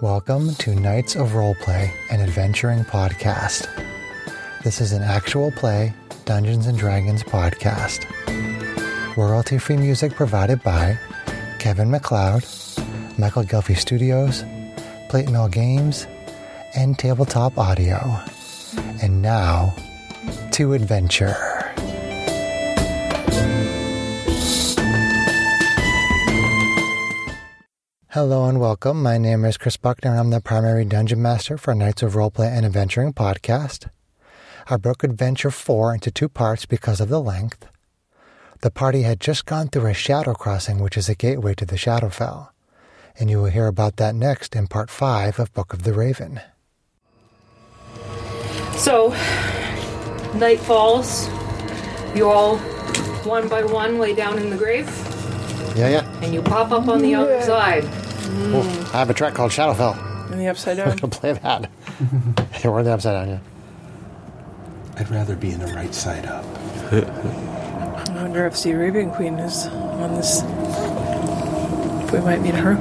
Welcome to Knights of Roleplay, an adventuring podcast. This is an actual play Dungeons and Dragons podcast. Royalty free music provided by Kevin McLeod, Michael Gelfie Studios, Plate Mill Games, and Tabletop Audio. And now, to adventure. Hello and welcome. My name is Chris Buckner and I'm the primary dungeon master for Knights of Roleplay and Adventuring podcast. I broke Adventure 4 into two parts because of the length. The party had just gone through a shadow crossing, which is a gateway to the Shadowfell, and you will hear about that next in part 5 of Book of the Raven. So, night falls. You all, one by one, lay down in the grave, Yeah, yeah. and you pop up on the other side. Ooh, I have a track called Shadowfell. In the upside I'm down. going to play that. We're in the upside down, yeah. I'd rather be in the right side up. I wonder if the Arabian Queen is on this. If we might meet her.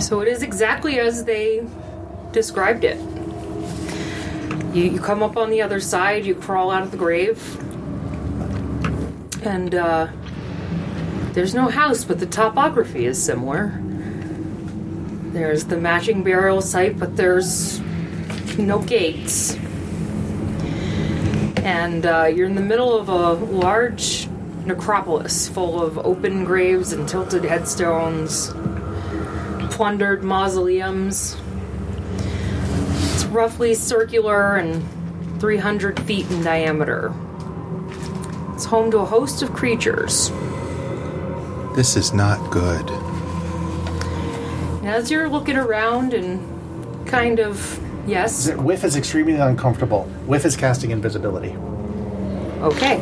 So it is exactly as they described it. You, you come up on the other side. You crawl out of the grave, and uh, there's no house, but the topography is similar. There's the matching burial site, but there's no gates. And uh, you're in the middle of a large necropolis full of open graves and tilted headstones, plundered mausoleums. It's roughly circular and 300 feet in diameter. It's home to a host of creatures. This is not good. And as you're looking around and kind of, yes, Whiff is extremely uncomfortable. Whiff is casting invisibility. okay.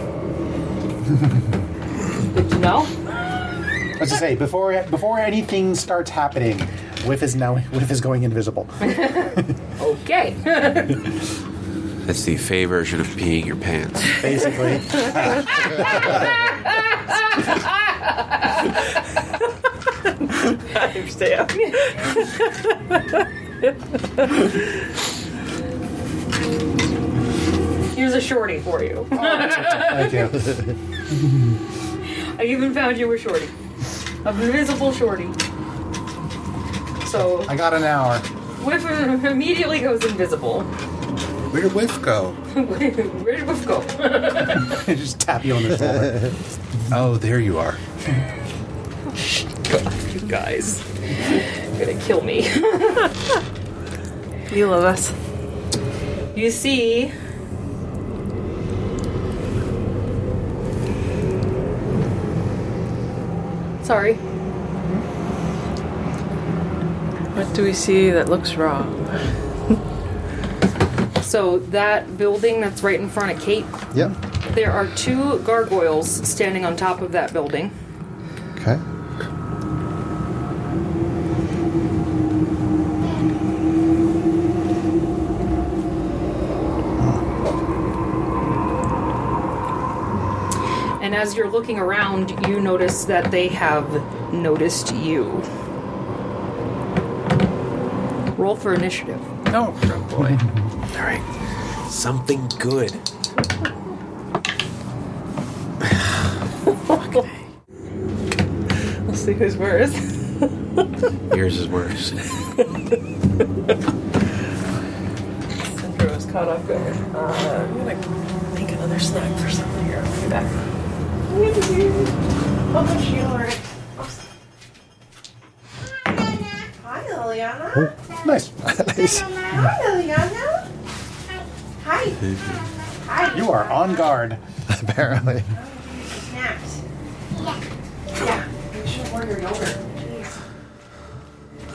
Good to know. I was to say before before anything starts happening, Whiff is now Whiff is going invisible. Okay. That's the fey version of peeing your pants. Basically, I understand. Here's a shorty for you. thank you. I even found you a shorty. An invisible shorty. So, I got an hour. Whiff immediately goes invisible. Where did Whiff go? Where did Whiff go? Just tap you on the shoulder. Oh, there you are. you guys. You're gonna kill me. You love us. you see. Sorry. What do we see that looks wrong? So, that building that's right in front of Kate, Yep. there are two gargoyles standing on top of that building. Okay. And as you're looking around, you notice that they have noticed you. Roll for initiative. Oh, good boy. All right, something good. Let's see who's worse. Yours is worse. Sandra was caught off guard. Uh, I'm gonna make another snack for someone here. I'll be back. Oh, she already. Hi, Liliana. Nice. Hi, Liliana. Hi. Hi. You are on guard. Apparently. Snacks. Yeah. Yeah. You should have ordered over.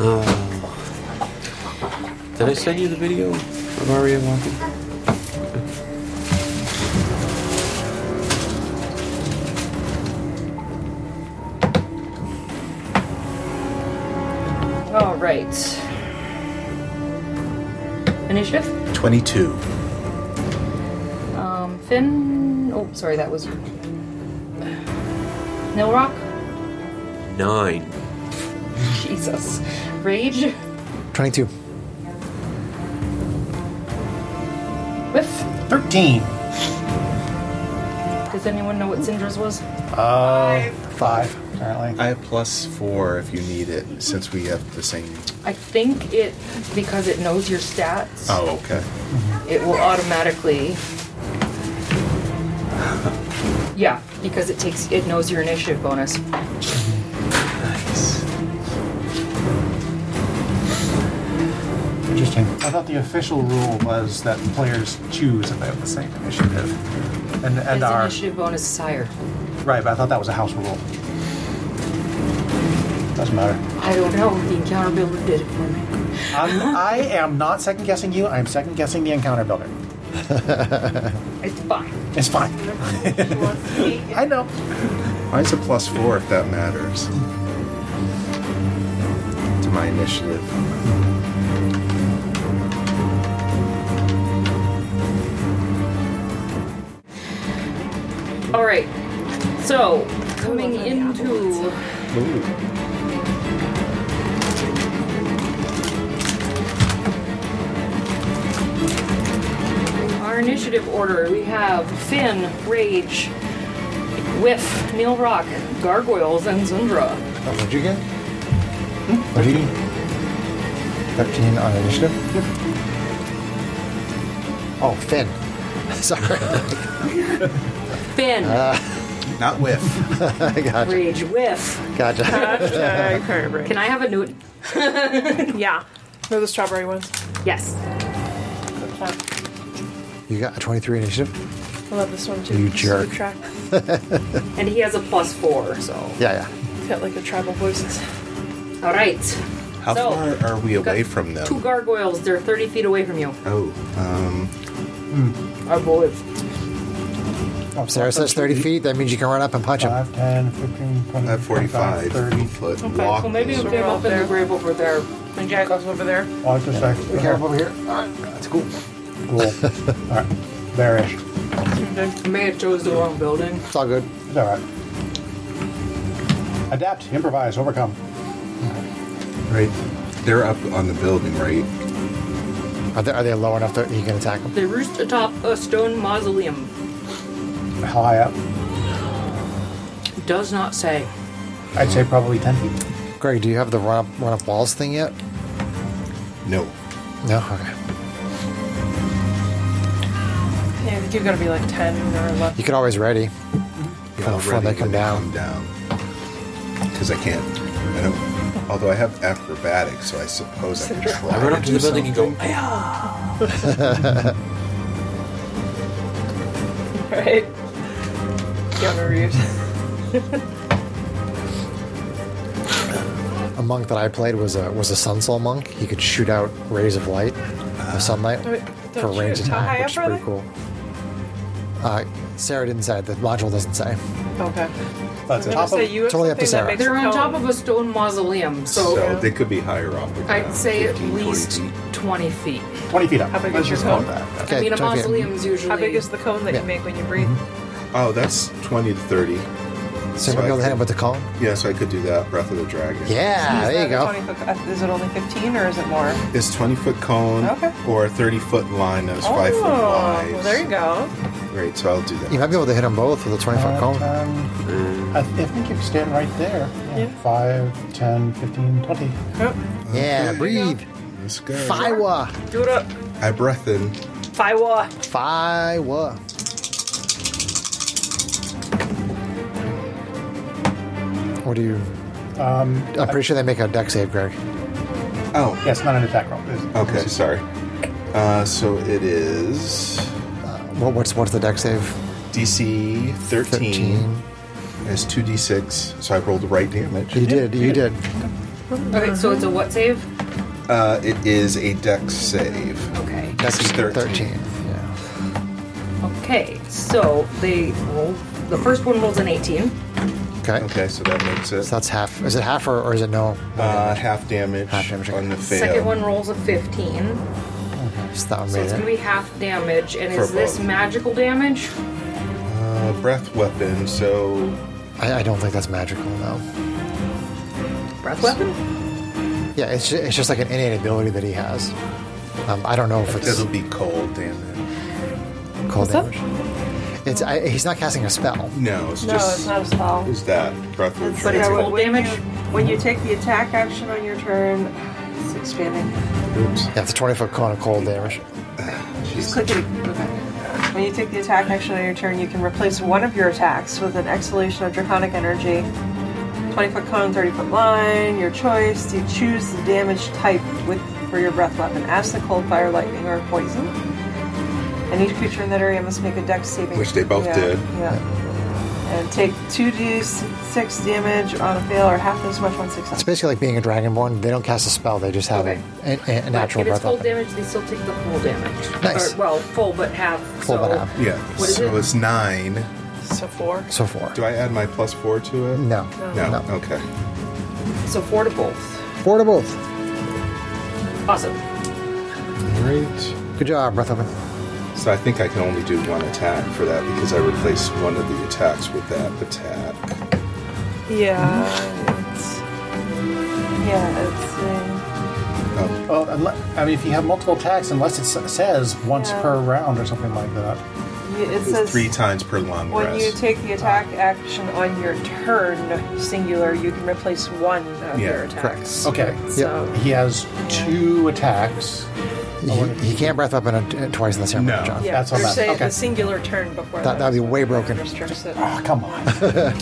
Jeez. Did I send you the video of Aria walking? All right. Initiative. 22. Um, Finn. Oh, sorry, that was Nilrock. Nine. Jesus. Rage. 22. Whiff. 13. Does anyone know what Syndra's was? Uh, five, apparently. I have plus four if you need it, since we have the same. I think it because it knows your stats. Oh, okay. It will automatically. Yeah, because it takes it knows your initiative bonus. Nice. Interesting. I thought the official rule was that players choose if they have the same initiative. And, and His our. initiative bonus is higher. Right, but I thought that was a house rule. Doesn't matter. I don't know. The encounter builder did it for me. I'm, Um, I am not second guessing you. I'm second guessing the encounter builder. It's fine. It's fine. I know. Mine's a plus four if that matters. To my initiative. All right. So coming into Ooh. our initiative order, we have Finn, Rage, Whiff, Neil Rock, Gargoyles, and Zundra. What'd you get? Hmm? What'd you get? 13 on initiative? Oh, Finn. Sorry. Finn, Not whiff. I got you. Rage, Whiff. Gotcha. Uh, Hashtag Firebrain. Can I have a new? Yeah. No, the strawberry ones. Yes. You got a 23 initiative? I love this one too. You Just jerk. subtract. And he has a plus four, so. Yeah, yeah. It's got like the tribal voices. All right. How So, far are we got away from them? Two gargoyles. They're 30 feet away from you. oh, um, I believe. Sarah says 30 feet. That means you can run up and punch him. Uh-huh. 5, 10, 15, 20, I have 45 30. foot Okay, walk. so maybe So they're we're all up in the there. grave over there. And Jackal's over there. Watch this section. Be careful over here. That's cool. Cool. All right. Bearish. It's I may have chose the wrong building. It's all good. all right. Adapt, improvise, overcome. Right. They're up on the building, right? Are they, are they low enough that you can attack them? They roost atop a stone mausoleum. High up. Does not say. I'd say probably 10 feet. Greg, do you have the run up, run up walls thing yet? No. No? Okay. Yeah, I think you've got to be like 10 or 11. You can always ready. Yeah, Oh, before they already come when down. Come down. Because I can't. I don't. Although I have acrobatics, so I suppose I could try. I run up to the do building and go, something. "Aya!" Right? Keanu Reeves. A monk that I played was a was a sun soul monk. He could shoot out rays of light, of sunlight, Wait, for don't you- range and how time, high which is up are pretty they? cool. Uh, Sarah didn't say. it. The module doesn't say. Okay. That's I'm going to it. Top of- say you have totally up to something Sarah. that makes They're a on cone. top of a stone mausoleum, so, So they could be higher off. like I'd that, say at 15, 20 least feet. 20 feet. 20 feet up. How big Let's is your just call cone? it that. Okay, I mean, a 20 feet. mausoleum's usually. How big is the cone that Yeah. you make when you breathe? Oh, that's twenty to thirty. So So we're I going to hit could- him with the cone. Yeah, so I could do that. Breath of the Dragon. Yeah, Is Ah, there you that go. 20 foot- uh, Is it only 15 or is it more? It's twenty foot cone Okay. or a thirty foot line that was Oh, five foot wide. well, there you go. Right, so I'll do You that. might be able to hit them both with a 20 foot Um, cone. I, I think if you stand right there, yeah. 5, 10, 15, 20. Yep. Yeah, breathe. Let's go. Fiwa. Do it up. I breath in. Fiwa. Fiwa. What do you. Um, I'm pretty sure they make a deck save, Greg. Oh, yeah, it's not an attack roll. It's- Okay, it's- sorry. Uh, so it is What, what's what's the deck save? DC 13. and It's 2d6, so I rolled the right You damage. did. You did. Okay, so it's a what save? Uh, it is a dex save. Okay. Dex is 13. Yeah. Okay, so they roll. The first one rolls an 18. Okay. Okay, so that makes it So that's half. Is it half or, or is it no? uh, half damage Half damage, okay. on the fail. Second one rolls a 15. Just that one So made it's gonna it. be half damage, and For is this both. magical damage? Uh, breath weapon, so I, I don't think that's magical, no. Breath weapon? Yeah, it's just, it's just like an innate ability that he has. Um, I don't know if it's. that'll be cold damage. Cold What's that? damage. It's I, he's not casting a spell. No, it's No, just. it's not a spell. Is that breath of But it's Trance. cold when damage? You, when you take the attack action on your turn, it's expanding. Oops. Yeah, it's a 20 foot cone of cold damage. Just click it. When you take the attack action on your turn, you can replace one of your attacks with an exhalation of draconic energy. 20 foot cone, 30 foot line, your choice. You choose the damage type with for your breath weapon acid, cold, fire, lightning, or poison. And each creature in that area must make a dex saving Which they both yeah, did. Yeah. And take 2d6 damage on a fail or half as much on It's success. basically like being a dragonborn. They don't cast a spell, they just have a- Okay. a, a, a natural if it's breath cold weapon. damage, they still take the full damage. Nice. Or, well, full but half. Full so but half. Yeah. What is so it? it's nine. So four. So four. Do I add my plus four to it? No. No. No. Okay. So four to both. Four to both. Awesome. Great. Good job, breath weapon. So I think I can only do one attack for that because I replaced one of the attacks with that attack. Um, Yeah. It's, Yeah, it's. Uh, Well, unle- I mean, if you have multiple attacks, unless it s- says once Yeah. per round or something like that. y- it says. It's three times per long When rest. you take the attack action on your turn, singular, you can replace one of Yeah, your attacks. Okay. Oh, So, He has two attacks. He, he can't breath weapon a, twice in the same No. round, John. yeah, That's what you're I'm- saying okay. the singular turn before That- that'd be way broken. Restricts it. Oh, come on.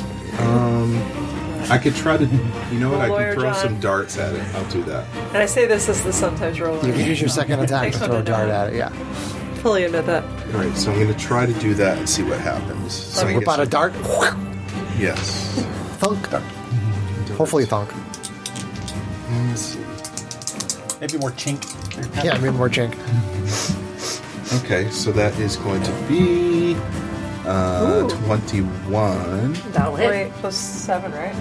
I could try to, you know what? I Lawyer can throw John. some darts at it. I'll do that. And I say this as the sometimes You can roller. use your second attack to Excellent throw a dart idea. at it, yeah. Fully admit that. All right, so I'm going to try to do that and see what happens. So I Whip guess- out a dart. Yes. Thunk. Hopefully thunk. Let's see. Maybe more chink. Yeah, maybe more chink. Okay, so that is going to be uh, 21. That'll hit. Wait, plus seven, right?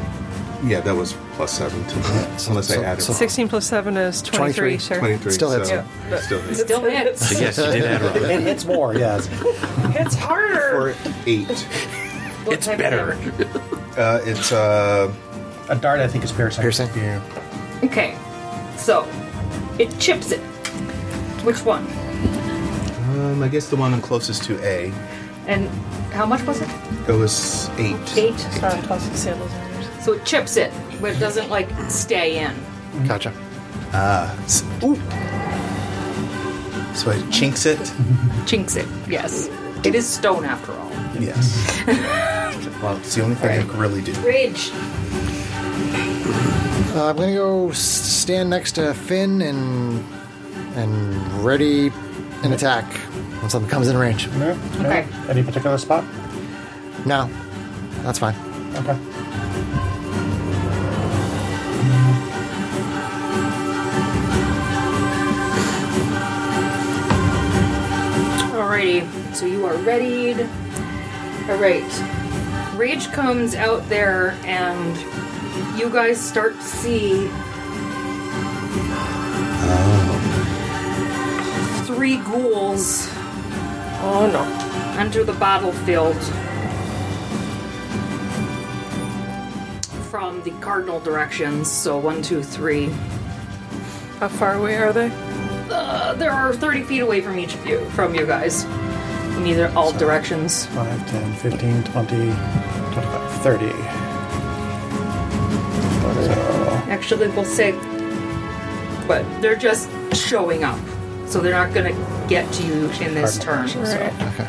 Yeah, that was plus 7 to that. So- Unless so- I added so- 16 plus seven is 23, 23, 23, sir. 23. Still hits. so- Yeah. Still hits. Still hits. I guess you did add Robin. It hits more, yes. It's harder! For 8. What It's type of better. damage? Uh, it's uh, A dart, I think, is piercing. Piercing. Yeah. Okay. So, it chips it. Which one? um, I guess the one closest to A. And how much was it? It was eight. Eight. It's not tossing sandals on yours. So it chips it, but it doesn't like stay in. Gotcha. So, ooh. so it chinks it. Chinks it. Yes. It is stone after all. Yes. well, it's the only thing I can really do. Rage. Uh, I'm gonna go s- stand next to Finn and and ready an attack when something comes in range. No? No? Okay. Any particular spot? No, that's fine. Okay. Alrighty. So you are readied. Alright. Rage comes out there and you guys start to see three ghouls oh no. enter the battlefield from the cardinal directions. So one, two, three. How far away are they? Uh, there are 30 feet away from each of you, from you guys, in either all directions. 5, 10, 15, 20, 25, 30. Actually, we'll say, but they're just showing up, so they're not gonna get to you in this turn. Cardinal So.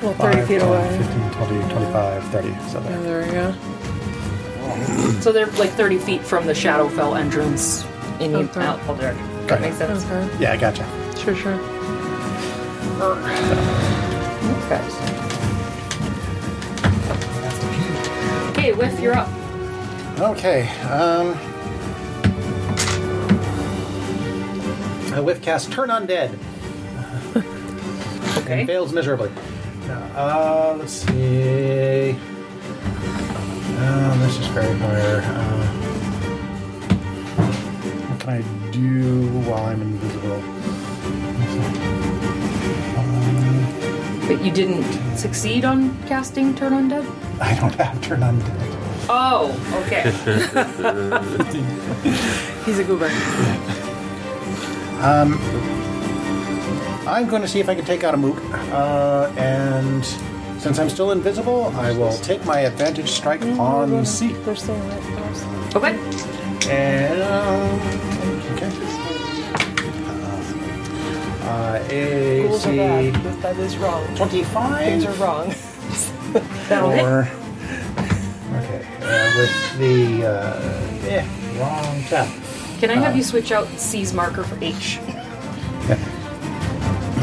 Well, 30 feet 10, away. 15, 20, 25, 30. Oh, So Yeah, there there. we go. so they're like 30 feet from the Shadowfell entrance in you Okay. out all directions. That makes sense. Okay. Yeah, I gotcha. Sure, sure. Okay, Whiff, you're up. Okay. Um, I whiff cast Turn Undead. Okay. And fails miserably. Uh, let's see. Um, this is very fire. Uh, what can I do while I'm invisible? But you didn't succeed on casting Turn Undead? I don't have Turn Undead. Oh, okay. He's a goober. I'm going to see if I can take out a moot. Uh, and since I'm still invisible, I will take my advantage strike on C. They're staying right for us. Okay. And. Okay. Uh, Rules are AC bad. This- That is wrong. 25. Things are wrong. That'll hit. Or, okay, uh, with the uh, eh, wrong tab. Can I have you switch out C's marker for H?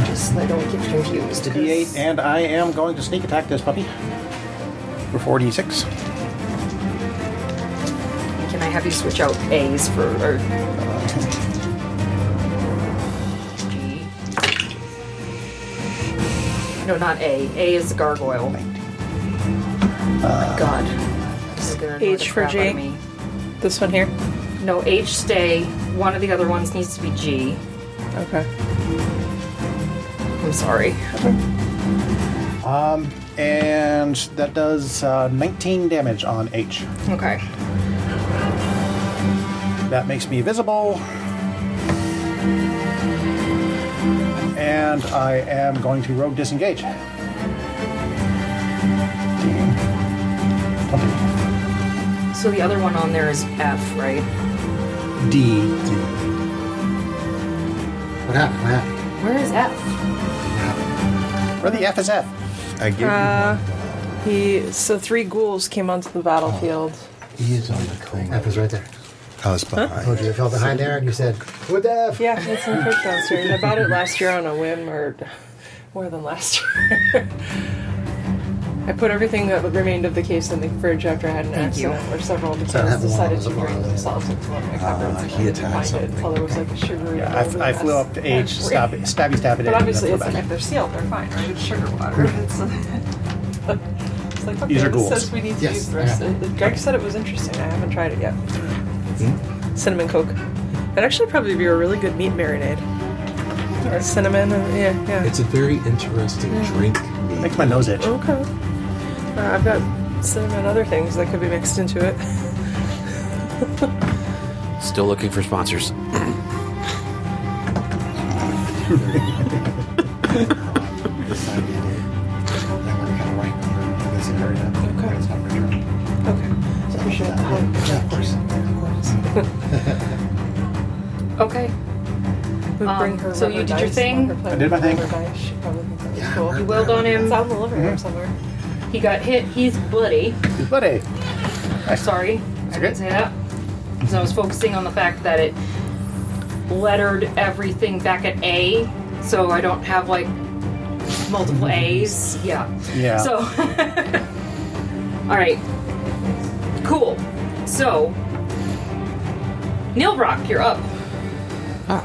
Just so I don't get confused. The D8, 'cause- and I am going to sneak attack this puppy. For 46. Can I have you switch out A's for or G? No, not A. A is the gargoyle. oh my god. This is gonna annoy H the for crap G? out of me. This one here. No, H stay. One of the other ones needs to be G. Okay. I'm sorry. And that does uh, 19 damage on H. Okay. That makes me visible. And I am going to rogue disengage. 15, 20, So the other one on there is F, right? D. What happened? What happened? Where is F? Where the F is F? I gave Uh, he so three ghouls came onto the battlefield. He is on the thing. That was right there. you. I was I behind. told you, I fell behind Eric. You said, "What the f?" Yeah, it's in first downstairs. I bought it last year on a whim, or more than last year. I put everything that remained of the case in the fridge after I had an Thank you. accident, where several of the that kids the one decided that to was bring above? themselves into one of my cupboards. and I he couldn't attacked find it something. Until there was like a sugary. Yeah, I, I flew up to H, stab, stabby stab it in. But obviously, and it's then like if flew back. they're sealed, they're fine, right? It's sugar water. It's, it's like okay, Hmm. These are this ghouls. says we need to Yes, use the rest. of it. Greg said it was interesting. I haven't tried it yet. Hmm? Cinnamon Coke. That'd actually probably be a really good meat marinade. Or cinnamon, and, yeah, yeah. It's a very interesting drink. Makes my nose itch. okay. Uh, I've got cinnamon and other things that could be mixed into it. Still looking for sponsors. uh, Okay. Would Um, bring her so rubber you did your dice, thing? let her play I did my with thing. Mm-hmm. rubber dice. She probably thinks that's cool. You wailed on him. It's out in the living room somewhere. He got hit. He's bloody. But hey, Sorry. I didn't say that. Because I was focusing on the fact that it lettered everything back at A, so I don't have like multiple A's. Yeah. Yeah. So, all right. Cool. So, Neil Brock, you're up. All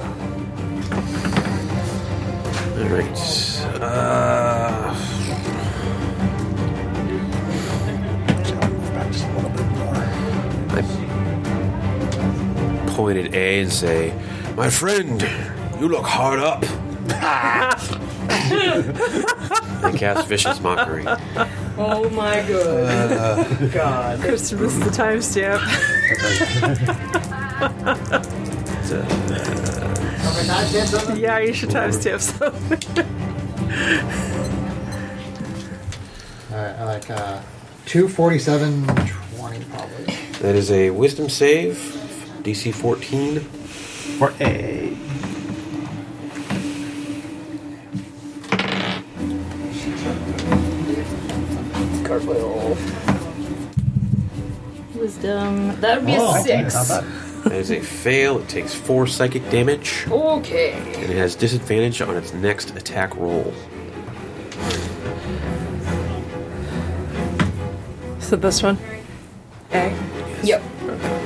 right. Uh, back just a little bit more. I point at A and say, "My friend, you look hard up." I cast vicious mockery. Oh my god. God. Kristen, this is the timestamp. It's a- yeah, you should timestamp something. All right, I like uh, two forty-seven twenty probably. That is a wisdom save, DC 14. For A. Gargoyle. Wisdom. That would be a Okay, six. not bad. That is a fail. It takes four psychic damage, Okay. and it has disadvantage on its next attack roll. So this one? A. Yep.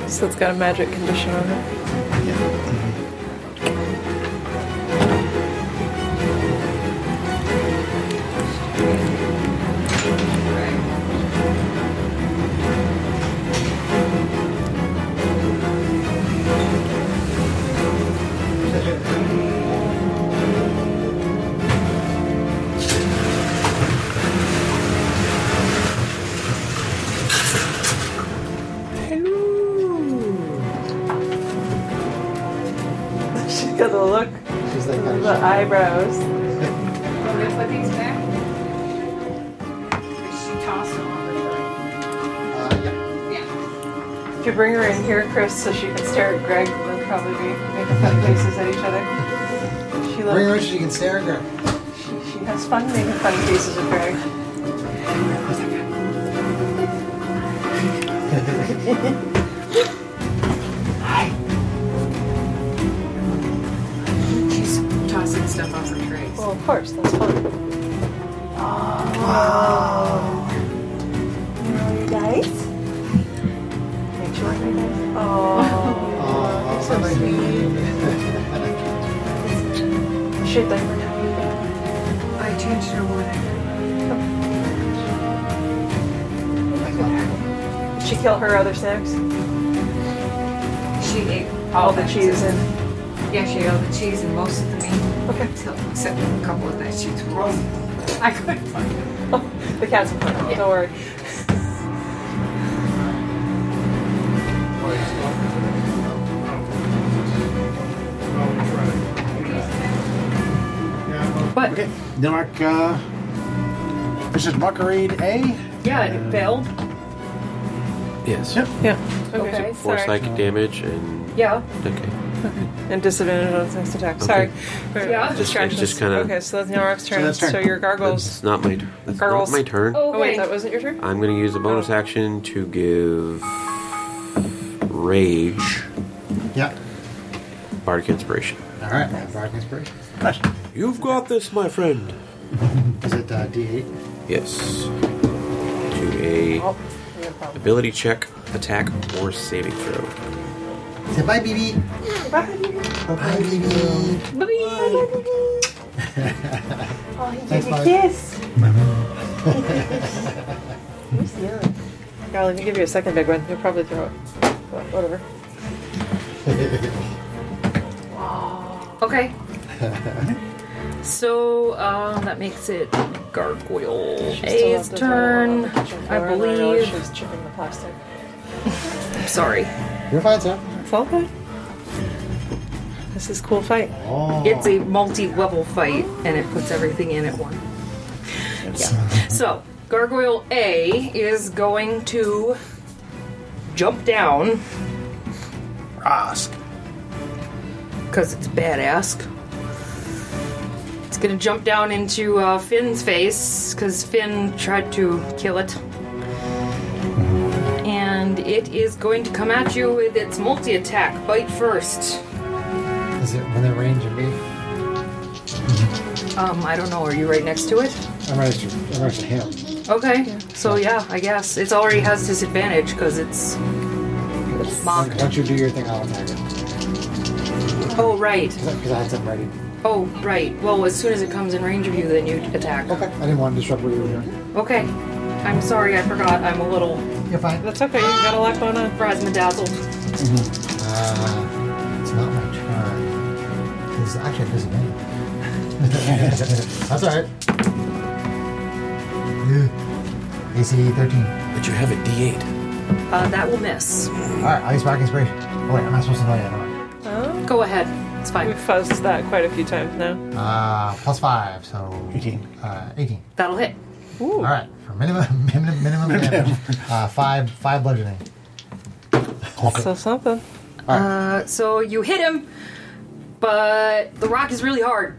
So it's got a magic condition on it. She's got the look, She's like, the eyebrows. gonna put these back? She tossed them on the floor. Yeah. If you bring her in here, Chris, so she can stare at Greg, we'll probably be making funny faces at each other. She Bring her in loves. so you can stare at her. She, she has fun making funny faces at Greg. She's tossing stuff off her trays. Well, of course, that's fun. Oh. Should they? I changed her water. Did Oh. she kill her other snacks? She ate All the cheese and. Yeah, she ate all the cheese and most of the meat, Okay. so- except for a couple of that she threw. I couldn't find it. The cat's in front. Don't worry. But Okay. Nilmark, uh, this is Muckerade A. yeah, it failed. Yes. Yep. Yeah. Okay. Okay. Four sorry. psychic damage and Yeah. okay. And disadvantage on its next attack. Sorry. Yeah. Right. It's Distractions. just kinda- Okay, so that's Nilrock's turn. that's turn. So your gargles. That's not my. tur- That's Girls. not my turn. Oh, Oh wait, wait. that wasn't your turn. I'm going to use a bonus action to give rage Yeah. bardic inspiration. All right. I have Bardic Inspiration. Nice. You've got this, my friend. Is it uh, D8? Yes. To a Oh, ability check, attack, or saving throw. Say bye, BB. Bye, BB. Thanks, Bye. Yes. Who's the other? Girl, if you give you a second big one, you'll probably throw it. Wha- Whatever. Okay. so um, that makes it gargoyle A's turn. I believe. She's chipping the plastic. Sorry, You're fine, sir. It's all good. This is cool fight. Oh. it's a multi-level fight, and it puts everything in at one. Yeah. So gargoyle A is going to jump down Rosk. because it's badass. It's gonna jump down into uh, Finn's face because Finn tried to kill it. And it is going to come at you with its multi attack. Bite first. Is it within range of me? Um, I don't know. Are you right next to it? I'm right to, I'm right to him. Okay. So yeah, I guess it already has disadvantage because it's Why mocked. don't you do your thing? I'll attack it. Oh right. Because I had something ready. Oh right. Well, as soon as it comes in range of you, then you attack. Okay. I didn't want to disrupt what you were doing. Okay. I'm sorry. I forgot. I'm a little You're fine. That's okay. You've got a lot going on. dazzled. Uh, it's not my turn. It's actually a disadvantage. That's alright. Yeah. AC 13. But you have a D8. Uh, that will miss. Alright, I'll use Bardic Inspiration. Oh, wait, I'm not supposed to know yet. am Oh, Go ahead. It's we've fine. fuzzed that quite a few times now. I? Uh, plus 5, so. 18. Uh, 18. That'll hit. Ooh. Alright, for minimum minimum, minimum damage. Uh, 5 five bludgeoning. So something. Uh, so you hit him, but the rock is really hard.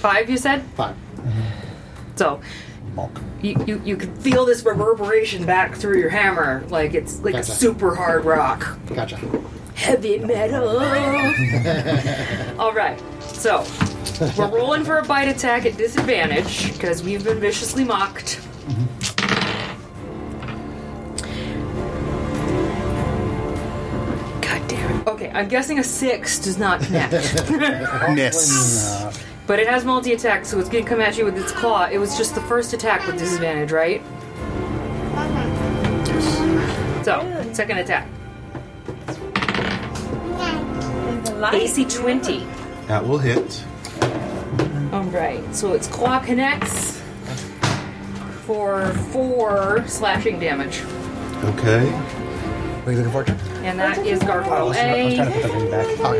Five, you said? 5. So Bulk. you, you, you can feel this reverberation back through your hammer. Like it's like Gotcha. a super hard rock. Gotcha. Heavy metal. All right. So we're rolling for a bite attack at disadvantage because we've been viciously mocked. God damn it. Okay, I'm guessing a six does not connect, Miss. Mm, uh, but it has multi attack, so it's gonna come at you with its claw. It was just the first attack with disadvantage, right? So second attack, AC twenty. That will hit. All right, so its claw connects for four slashing damage, Okay. What are you looking for? Jim? and that is gargoyle I was trying A. to put the ring back. Oh,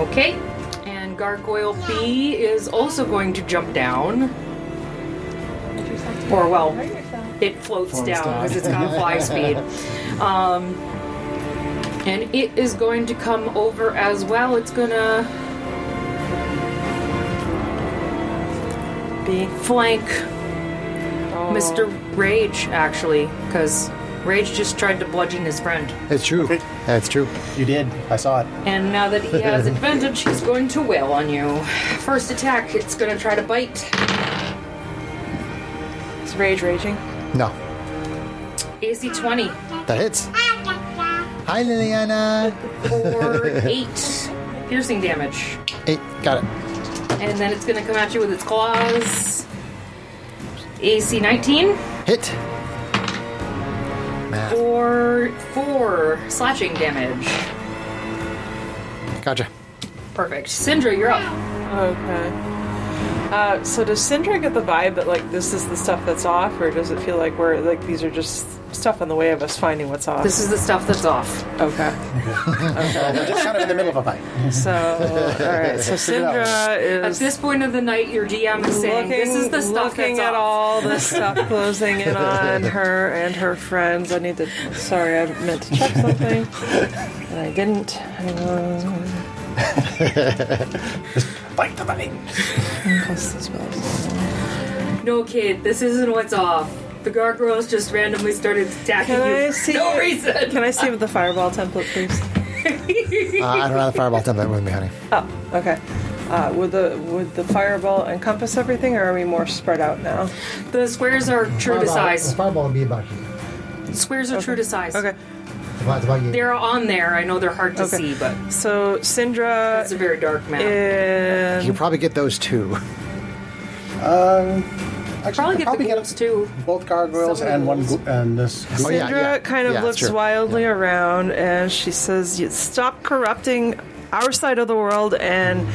yeah. Okay. And Gargoyle B is also going to jump down. Or, well, it floats down because it's got fly speed. Um, and it is going to come over as well. It's going to be flank Mr. Rage, actually, because Rage just tried to bludgeon his friend. It's true. That's true. You did. I saw it. And now that he has advantage, he's going to wail on you. First attack, it's going to try to bite. It's rage raging. No, AC 20 that hits. Hi, Liliana. or 8 piercing damage. Eight. Got it. And then it's going to come at you with its claws. AC 19 Hit. Math. or 4 slashing damage. Gotcha. Uh, Perfect. Syndra, you're up. Okay. Uh, so does Sindra get the vibe that like this is the stuff that's off, or does it feel like we're like these are just stuff in the way of us finding what's off? This is the stuff that's off. okay. We're just kind of in the middle of a fight. So all right. So Sindra At is this point of the night, your DM is saying, looking, This is the stuff looking that's at off. all the stuff closing in on her and her friends. I need to. Sorry, I meant to check something, and I didn't. Hang on. Fight the night. Plus this was- No, kid, this isn't what's off. The gargoyles just randomly started attacking Can you I for see? no reason. Can I see the fireball template, please? Uh, I don't have the fireball template with me, honey. Oh, okay. Uh, would the would the fireball encompass everything, or are we more spread out now? The squares are true to size. fireball would be about here. Squares are true to size. Okay. It's about, you. They're on there. I know they're hard to Okay. see, but So it's a Syndra very dark map. You and probably get those two. Actually, Probably get probably the golds too. both gargoyles Some of the and one ghouls. gl- and this. Oh, ghoul. yeah, Syndra yeah, kind of yeah, looks sure, wildly yeah. around, and she says, "You "Stop corrupting our side of the world." And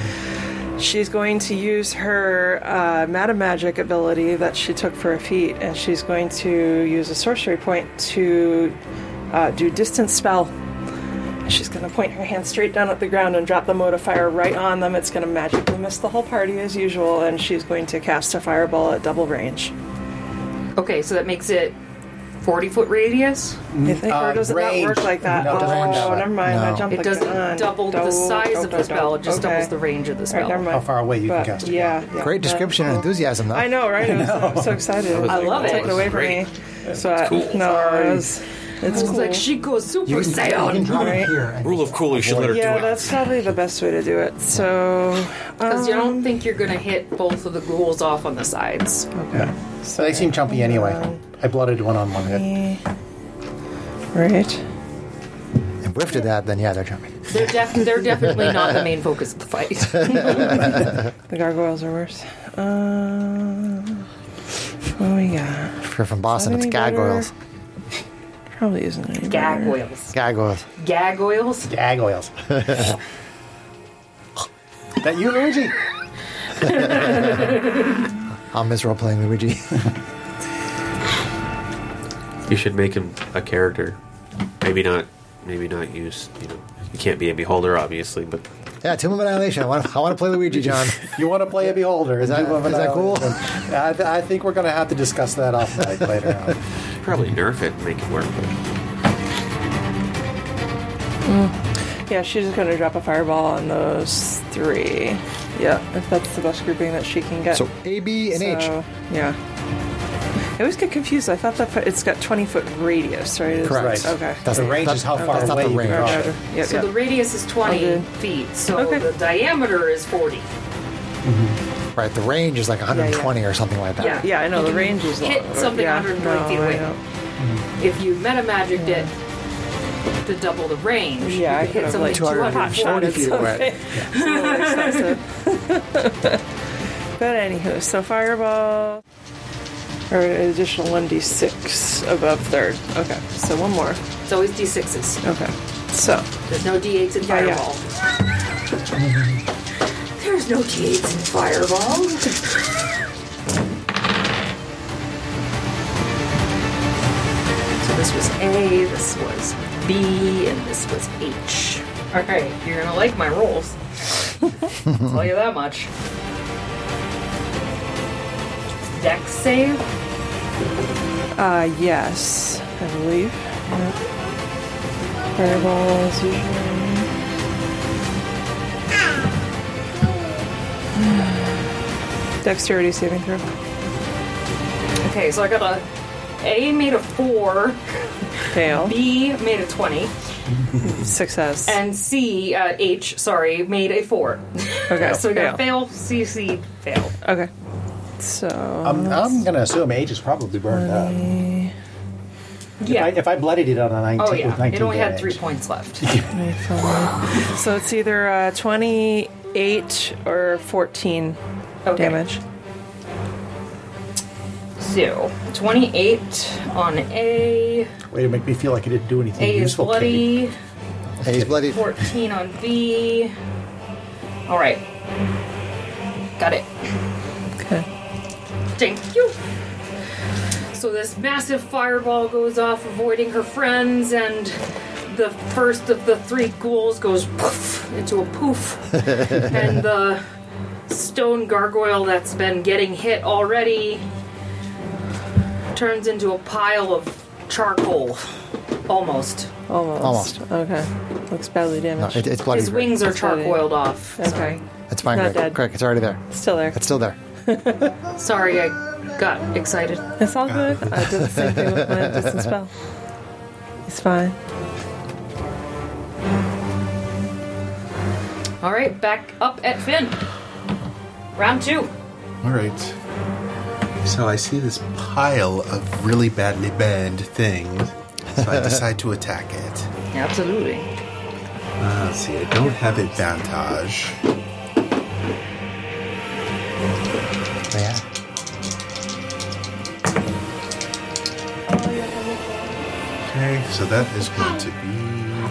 she's going to use her uh, meta magic ability that she took for a feat, and she's going to use a sorcery point to uh, do distance spell. She's going to point her hand straight down at the ground and drop the mote of fire right on them. It's going to magically miss the whole party as usual, and she's going to cast a fireball at double range. Okay, so that makes it 40 foot radius. You think, uh, or does it not range. work like that? No, it oh, doesn't work that way. never mind. I No. jumped It the doesn't gun. Oh double the Don't- size don't- of the don't- spell, it just okay. doubles the range of the All right, spell. never mind. How far away you can But, cast it. Yeah, yeah. Great No. description and enthusiasm, though. I know, right? I was- I'm so excited. was I like, love it. it. Took it away from me. Great. So I, cool. no, I was, it's It's cool. like she goes super You, you can saiyan. drop Right. it here. and- Rule of cool, you should let her yeah, do it. that's probably the best way to do it. So, Because you um, don't think you're going to hit both of the ghouls off on the sides. So they seem chumpy anyway. I blooded one on one hit. right. And whiff to that, then yeah, they're jumping. They're, def- they're definitely not the main focus of the fight. The gargoyles are worse. Um, oh yeah, If you're from Boston, it's Any better? gargoyles. probably isn't any better. Gaggoils. Gargoyles. Gaggoils? Gag oils. that you, Luigi? I'll miss role playing Luigi. You should make him a character. Maybe not. Maybe not use. You know, you can't be a beholder, obviously. But yeah, Tomb of Annihilation. I want to I want to play Luigi, John. You want to play a beholder? Is that- is that cool? I, th- I think we're going to have to discuss that off mic later on. probably nerf it, and make it work. Yeah, she's just gonna drop a fireball on those three. Yeah, if that's the best grouping that she can get. So A, B, and H. So, Yeah. I always get confused. I thought that fi- it's got 20 foot radius, right? Is- Correct. Okay. That's the not- range that's- is how that's far not away the you range. can Gotcha. drop it. Yeah, So yeah. the radius is 20 Okay. feet, so Okay. the diameter is 40. Right, the range is like 120 or something like that. Yeah. yeah, I know the range is hit long. something yeah, 120 no, feet I away. know. If you meta magicked it to double the range, Yeah, I you could hit could have, something like, 240 240 feet away. But anywho, so fireball or an additional 1d6 above third. Okay, so one more. It's always d6s. Okay, so There's no d8s in Yeah, yeah. fireball. There's no d8s in fireball. So this was A, this was B, and this was H. All right, you're gonna like my rolls. Tell you that much. Dex save. Uh, yes, I believe. Yep. Fireball as usual. Dexterity saving throw. Okay, so I got a A made a four, Fail. B made a twenty, Success. and C uh, H sorry made a four. okay. so we got fail. to fail, C C fail. Okay. So I'm, I'm gonna assume age is probably burned up. Yeah. If I, if I bloodied it on a 19, oh with yeah. 19 It only had damage. three points left. So it's either uh, 28 or 14 Okay. damage. So twenty eight on A. Way to make me feel like I didn't do anything A is useful. Katie. bloody. Hey, he's bloody. 14 on B. All right. Got it. Okay. Thank you. So this massive fireball goes off, avoiding her friends, and the first of the three ghouls goes poof into a poof, and the stone gargoyle that's been getting hit already turns into a pile of charcoal, almost. Almost. Almost. Okay. Looks badly No, damaged. it, it's bloody. His Greg. wings are That's funny. charcoiled off. okay. It's fine, not Greg. dead. Greg, it's already there. Still there. It's still there. Sorry, I got excited. It's all good. I did the same thing with my distance spell. It's fine. All right, back up at Finn. Round two. All right. So I see this pile of really badly burned things, so I decide to attack it. Absolutely. Oh, Uh, let's see, I don't have advantage. Yeah. Okay, so that is going to be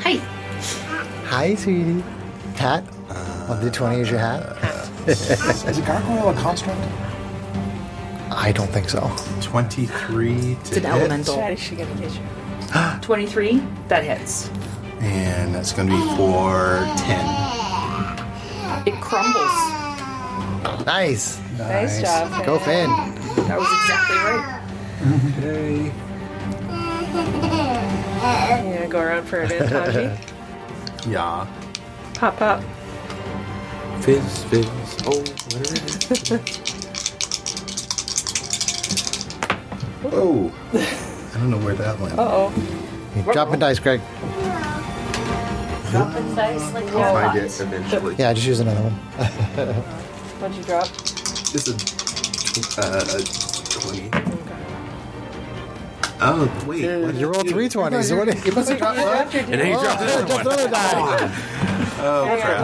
Hey, Hi, sweetie. Hat. Well, did 20 use your hat? Is a gargoyle a construct? I don't think so. 23 to it's an hit, elemental. she gonna get you? 23, that hits. and that's going to be for 10. It crumbles. Nice. Nice, job. Go, Finn. That was exactly right. Okay. You gonna go around for a bit, Hanji? Yeah. Pop pop. Fizz, fizz. Oh, whatever it is. Oh, I don't know where that went. Oh, You're dropping dice, Greg. Dropping dice like I'll hot find it eventually. Yeah, just use another one. what'd you drop? This is a, uh, a 20. Oh, wait. what did You I rolled do? three 20s. So what do you- And then you dropped another one. another die.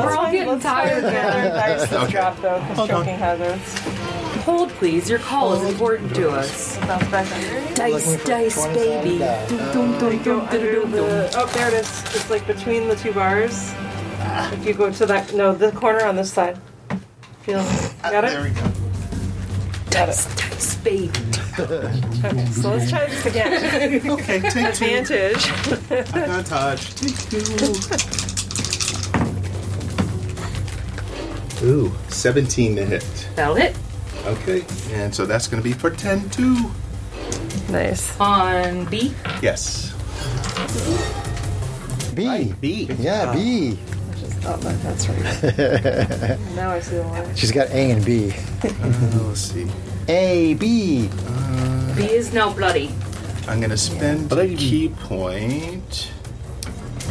We're all getting tired together. Dice okay. Okay. drop though, because choking hazards. Hold, please. Your call is important to us. Bounce back under you. Dice, dice, baby. Dum, dum, dum, Go dum, under dum, dum. the, oh, there it is. It's like between the two bars. If you go to that, no, the corner on this side. Feel, got it? There we go. Dice, dice, baby. Okay, so let's try this again. Okay, take two. Advantage. Advantage. Take two. Ooh, 17 to hit. That'll hit. Okay, and so that's going to be for 10 too. Nice. On B. Yes. B. B. Yeah, B. Oh, Now I see the line. She's got A and B. Uh, let's see. A, B. B is now bloody. I'm going to spend a key point.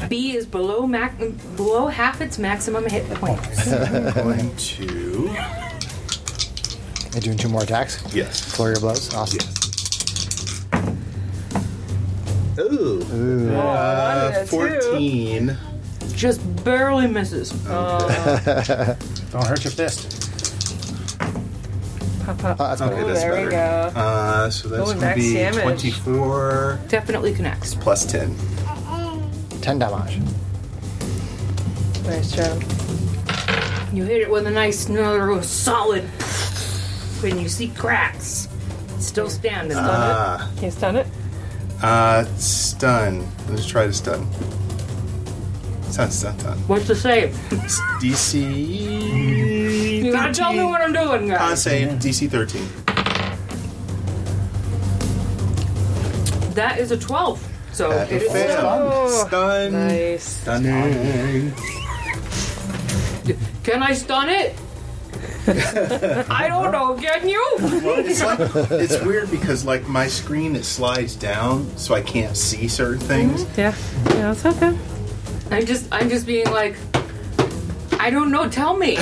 B is below mac- below half its maximum hit points. Going to. You're doing two more attacks. Yes. Flurry of blows. Awesome. Ooh. Uh, 14. Just barely misses. Don't hurt your fist. Pop, pop. Oh, that's better. Okay, that's there we better. go. Uh, so that's Oh, going to max be damage. 24 Definitely connects. plus 10. 10 damage. Nice job. You hit it with a nice, another solid. When you see cracks, still standing. He's done it. Uh, stun. Let's try to stun. Dun, dun, dun. What's the save? It's DC. You gotta tell me what I'm doing, Con guys. save DC 13. That is a 12. So That it is failed. Oh. still- Stun. Nice. Stunning. Can I stun it? I don't know. Can you? Well, it's like it's weird because like my screen it slides down so I can't see certain things. Yeah. Yeah, it's okay. I'm just, I'm just being like, I don't know. Tell me. You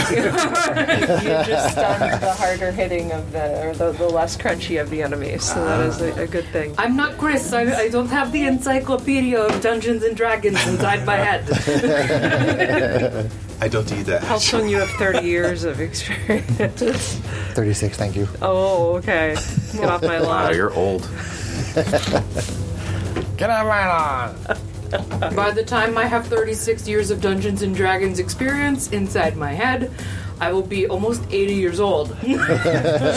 just stunned the harder hitting of the, or the, the less crunchy of the enemies, so that is a, a good thing. I'm not Chris. I, I don't have the encyclopedia of Dungeons and Dragons inside my head. Mm-hmm. I don't do that. Also, you have 30 years of experience. 36, thank you. oh, okay. Get off my Wow, lawn. Uh, you're old. By the time I have 36 years of Dungeons and Dragons experience inside my head, I will be almost 80 years old.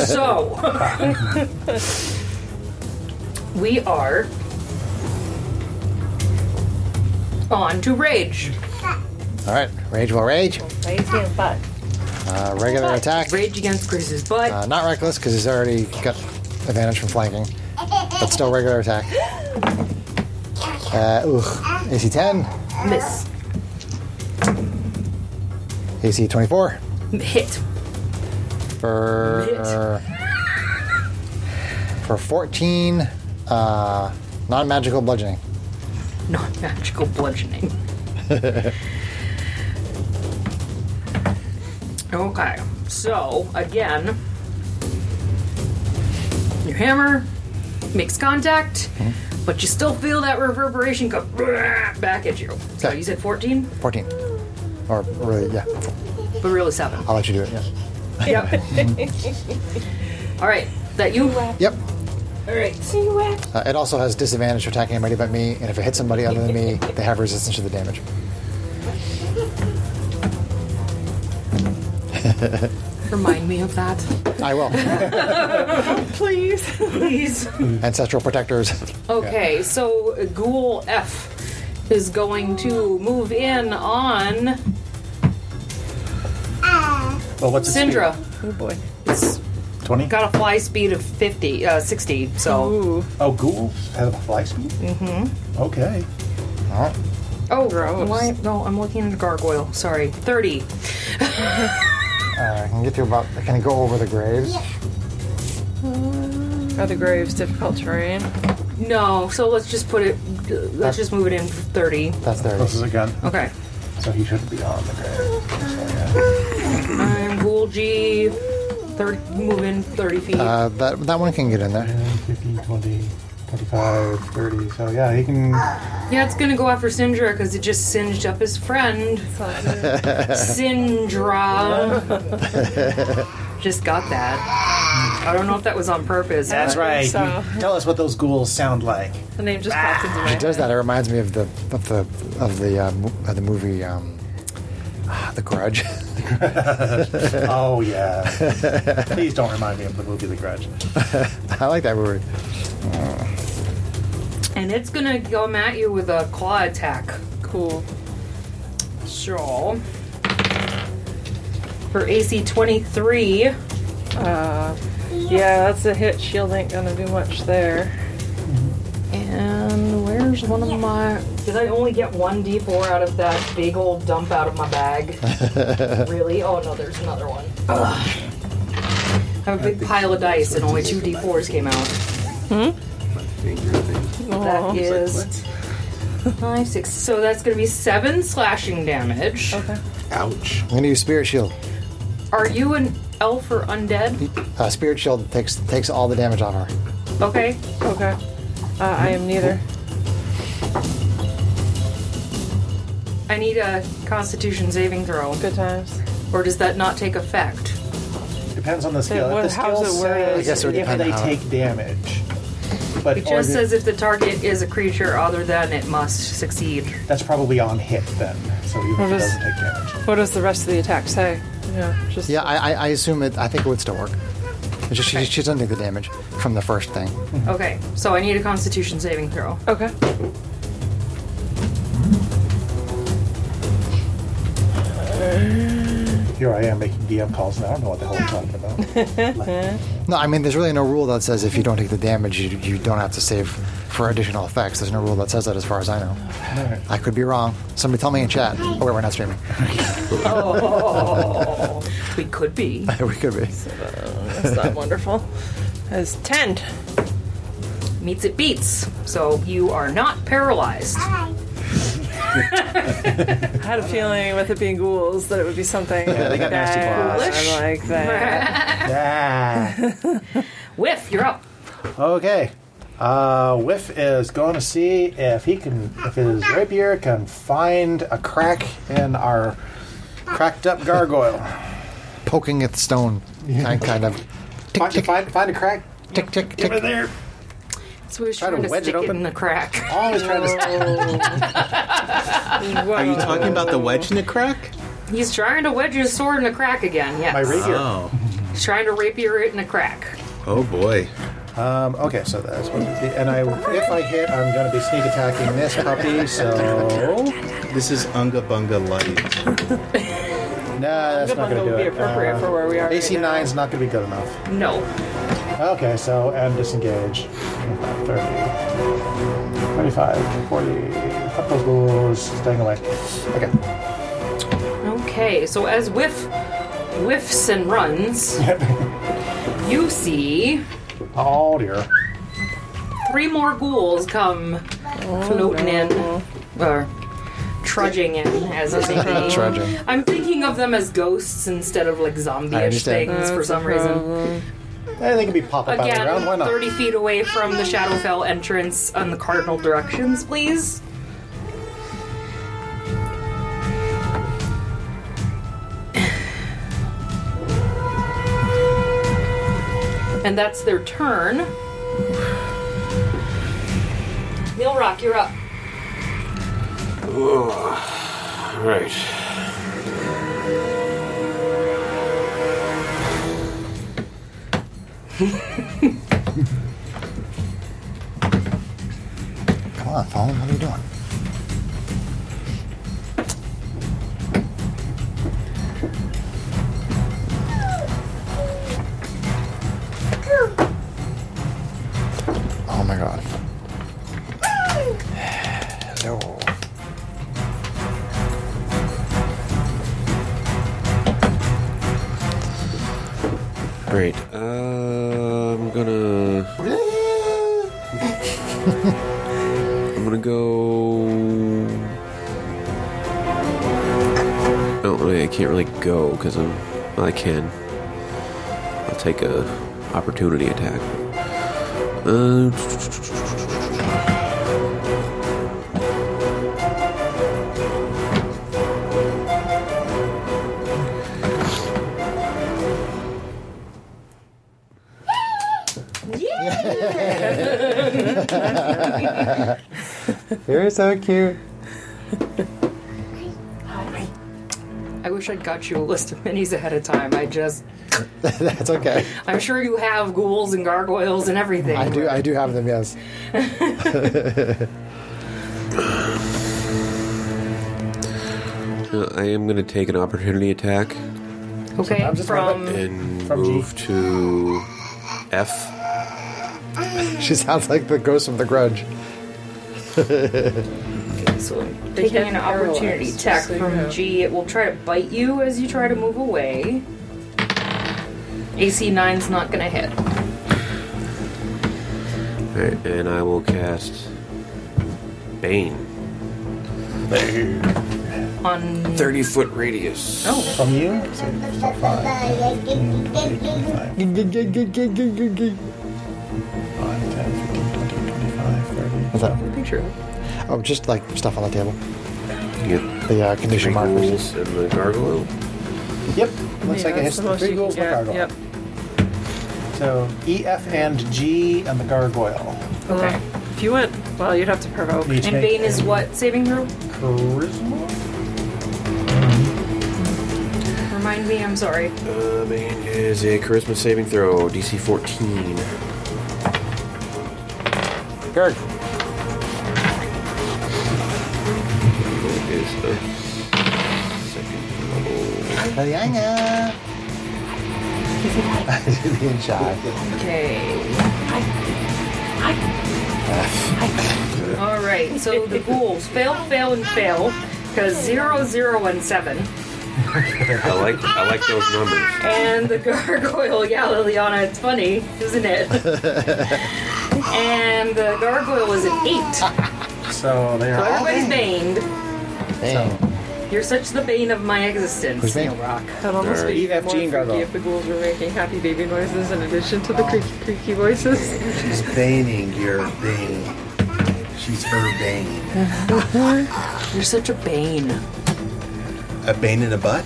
so, we are on to rage. All right, rage will rage. Uh, regular attack. Rage against Chris's butt. Uh, not reckless because he's already got advantage from flanking, but still regular attack. Uh, ooh, AC 10, Miss. AC 24 Hit. for for 14 uh, non-magical bludgeoning. Not magical bludgeoning. okay, so again, your hammer makes contact, but you still feel that reverberation go back at you. So Okay. you said 14, 14, or really, yeah. but really 7. I'll let you do it. Yeah. Yep. All right, that you? Yep. All right. Uh, it also has disadvantage for attacking anybody but me, and if it hits somebody other than me, they have resistance to the damage. Remind me of that, I will. Please. please. Ancestral protectors. Okay, so uh, Ghoul F is going to move in on Well, what's its Syndra. Oh boy. It's 20? got a fly speed of 50, uh, 60, so. Ooh. Oh, ghouls have a fly speed? Mm-hmm. Okay. All right. Oh, Gross. why- No, I'm looking at a gargoyle. Sorry. 30. Uh, I can get to about. I can go over the graves. Are the graves difficult terrain? No, so let's just put it, let's just move it in for 30. That's there. This is a gun, Okay. so he shouldn't be on the grave. I'm Ghoul G, 30, move in 30 feet. Uh, that that one can get in there. 10, 15, 20, 25, 30. So, yeah, he can. yeah, it's gonna go after Syndra because it just singed up his friend. Syndra. just got that. I don't know if that was on purpose. but- That's right. So- Tell us what those ghouls sound like. The name just popped into my It does that. It reminds me of the of the of the uh, mo- of the movie um, ah, The Grudge. Oh, yeah. Please don't remind me of the movie The Grudge. I like that movie. And it's gonna come at you with a claw attack. Cool. So for AC 23, Uh, yeah, that's a hit. Shield ain't gonna do much there. and where's one of my? Because I only get one D4 out of that big old dump out of my bag. really? Oh no, there's another one. Ugh. I have a big pile of dice, and only two D4s came out. My finger thing. That is five, six. So that's gonna be seven slashing damage. Ouch. I'm gonna use Spirit Shield. Are you an elf or undead? Uh, Spirit Shield takes takes all the damage off her. Okay. Okay. Uh, I am neither. I need a Constitution saving throw. Good times. or does that not take effect? Depends on the skill. what- if the how's skill it worded? says I guess it would if depend they on how- take damage. But It or just the- says if the target is a creature other than it must succeed. that's probably on hit then. So even if it does- doesn't take damage. What does the rest of the attack say? Yeah, just Yeah, I, I, I assume it. I think it would still work. It's just, she, she doesn't take the damage from the first thing. Okay, so I need a Constitution saving throw. Okay. Here I am making DM calls, and I don't know what the hell I'm talking about. No, I mean, there's really no rule that says if you don't take the damage, you, you don't have to save for additional effects. There's no rule that says that, as far as I know. I could be wrong. Somebody tell me in chat. Oh, wait, we're not streaming. Oh, we could be. we could be. That's not wonderful. That's 10. Meets it beats. So you are not paralyzed. I had a feeling with it being ghouls that it would be something they got nasty bad. claws. I like that. Ah. Whiff, you're up. Okay. Uh, Whiff is going to see if he can, if his rapier can find a crack in our cracked up gargoyle. Poking at the stone. Kind, kind of. Tick, Find, tick, find, find a crack. tick, tick, Give her tick. there. So we were Try trying to to, wedge it stick it open. in the crack. Always trying to. Are you talking about the wedge in the crack? He's trying to wedge his sword in the crack again. Yes. My rapier. Oh. He's trying to rapier it in the crack. Oh boy. Um, okay, so that's what. And I, if I hit, I'm going to be sneak attacking this puppy. So This is Unga Bunga Light. nah, that's not going to do would be it. Uh, appropriate for where we are. AC right now. nine's not going to be good enough. No. Okay, so and disengage. 30, 25, 40. Up those ghouls, staying away. Okay. Okay, so as Whiff whiffs and runs, you see Oh dear. three more ghouls come floating in, or trudging in, as is the Trudging. I'm thinking of them as ghosts instead of like zombie-ish understand. things for some reason. Hey, they can be pop up out of the ground. Why Again, not? 30 feet away from the Shadowfell entrance on the cardinal directions, please. And that's their turn. Neil Rock, you're up. Right. Come on, phone. What are you doing? Oh my god. Hello. Great. Uh, I'm gonna. I'm gonna go. Oh, wait, I can't really go because I'm. Well, I can. I'll take a opportunity attack. Uh, You're so cute. I wish I'd got you a list of minis ahead of time. I just. That's okay. I'm sure you have ghouls and gargoyles and everything. I do. I do have them. Yes. I am gonna take an opportunity attack Okay, just from. and From G. move to F. She sounds like the ghost from The Grudge. So taking an opportunity attack from G, it will try to bite you as you try to move away. AC 9's not gonna hit. Alright, and I will cast Bane. On 30 foot radius. oh, From you? Five, 10, 15, 20, 25, 30. What's that? picture. Oh, just like stuff on the table. You get The uh, three condition markers. ghouls and the gargoyle. Yep. Looks like that's it hits the the most you can three ghouls and the get, gargoyle. Yep. So E, F, and G, and the gargoyle. Okay. If you went, well, you'd have to provoke. Each And make Bane is a what saving throw? Charisma. Remind me, I'm sorry. Uh, Bane is a charisma saving throw, DC 14. Good. It is a second level. Liliana. She's being shy. Okay. All right. So the ghouls fail, fail, and fail because zero, zero, and seven. I like I like those numbers. And the gargoyle, yeah, Liliana, it's funny, isn't it? and the gargoyle was an eight. So they are all Everybody's baned. Dang. You're such the bane of my existence. Who's baned? Snail Rock. That almost Alright. E, F, more G, freaky and gargoyle. if the ghouls were making happy baby noises in addition to the creaky, creaky voices. She's baning your bane. She's her bane. You're such a bane. A bane in a butt?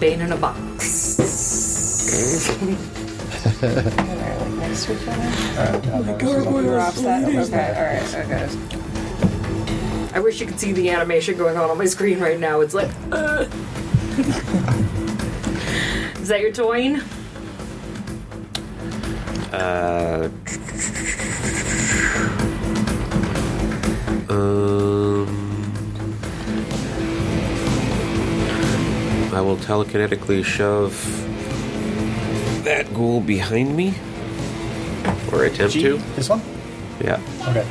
Bane in a box. Next to each other? Drops that. Okay, alright, okay. I wish you could see the animation going on on my screen right now. It's like. uh. Is that your toying? Uh, um, I will telekinetically shove that ghoul behind me, or attempt G. to. This one? Yeah. Okay.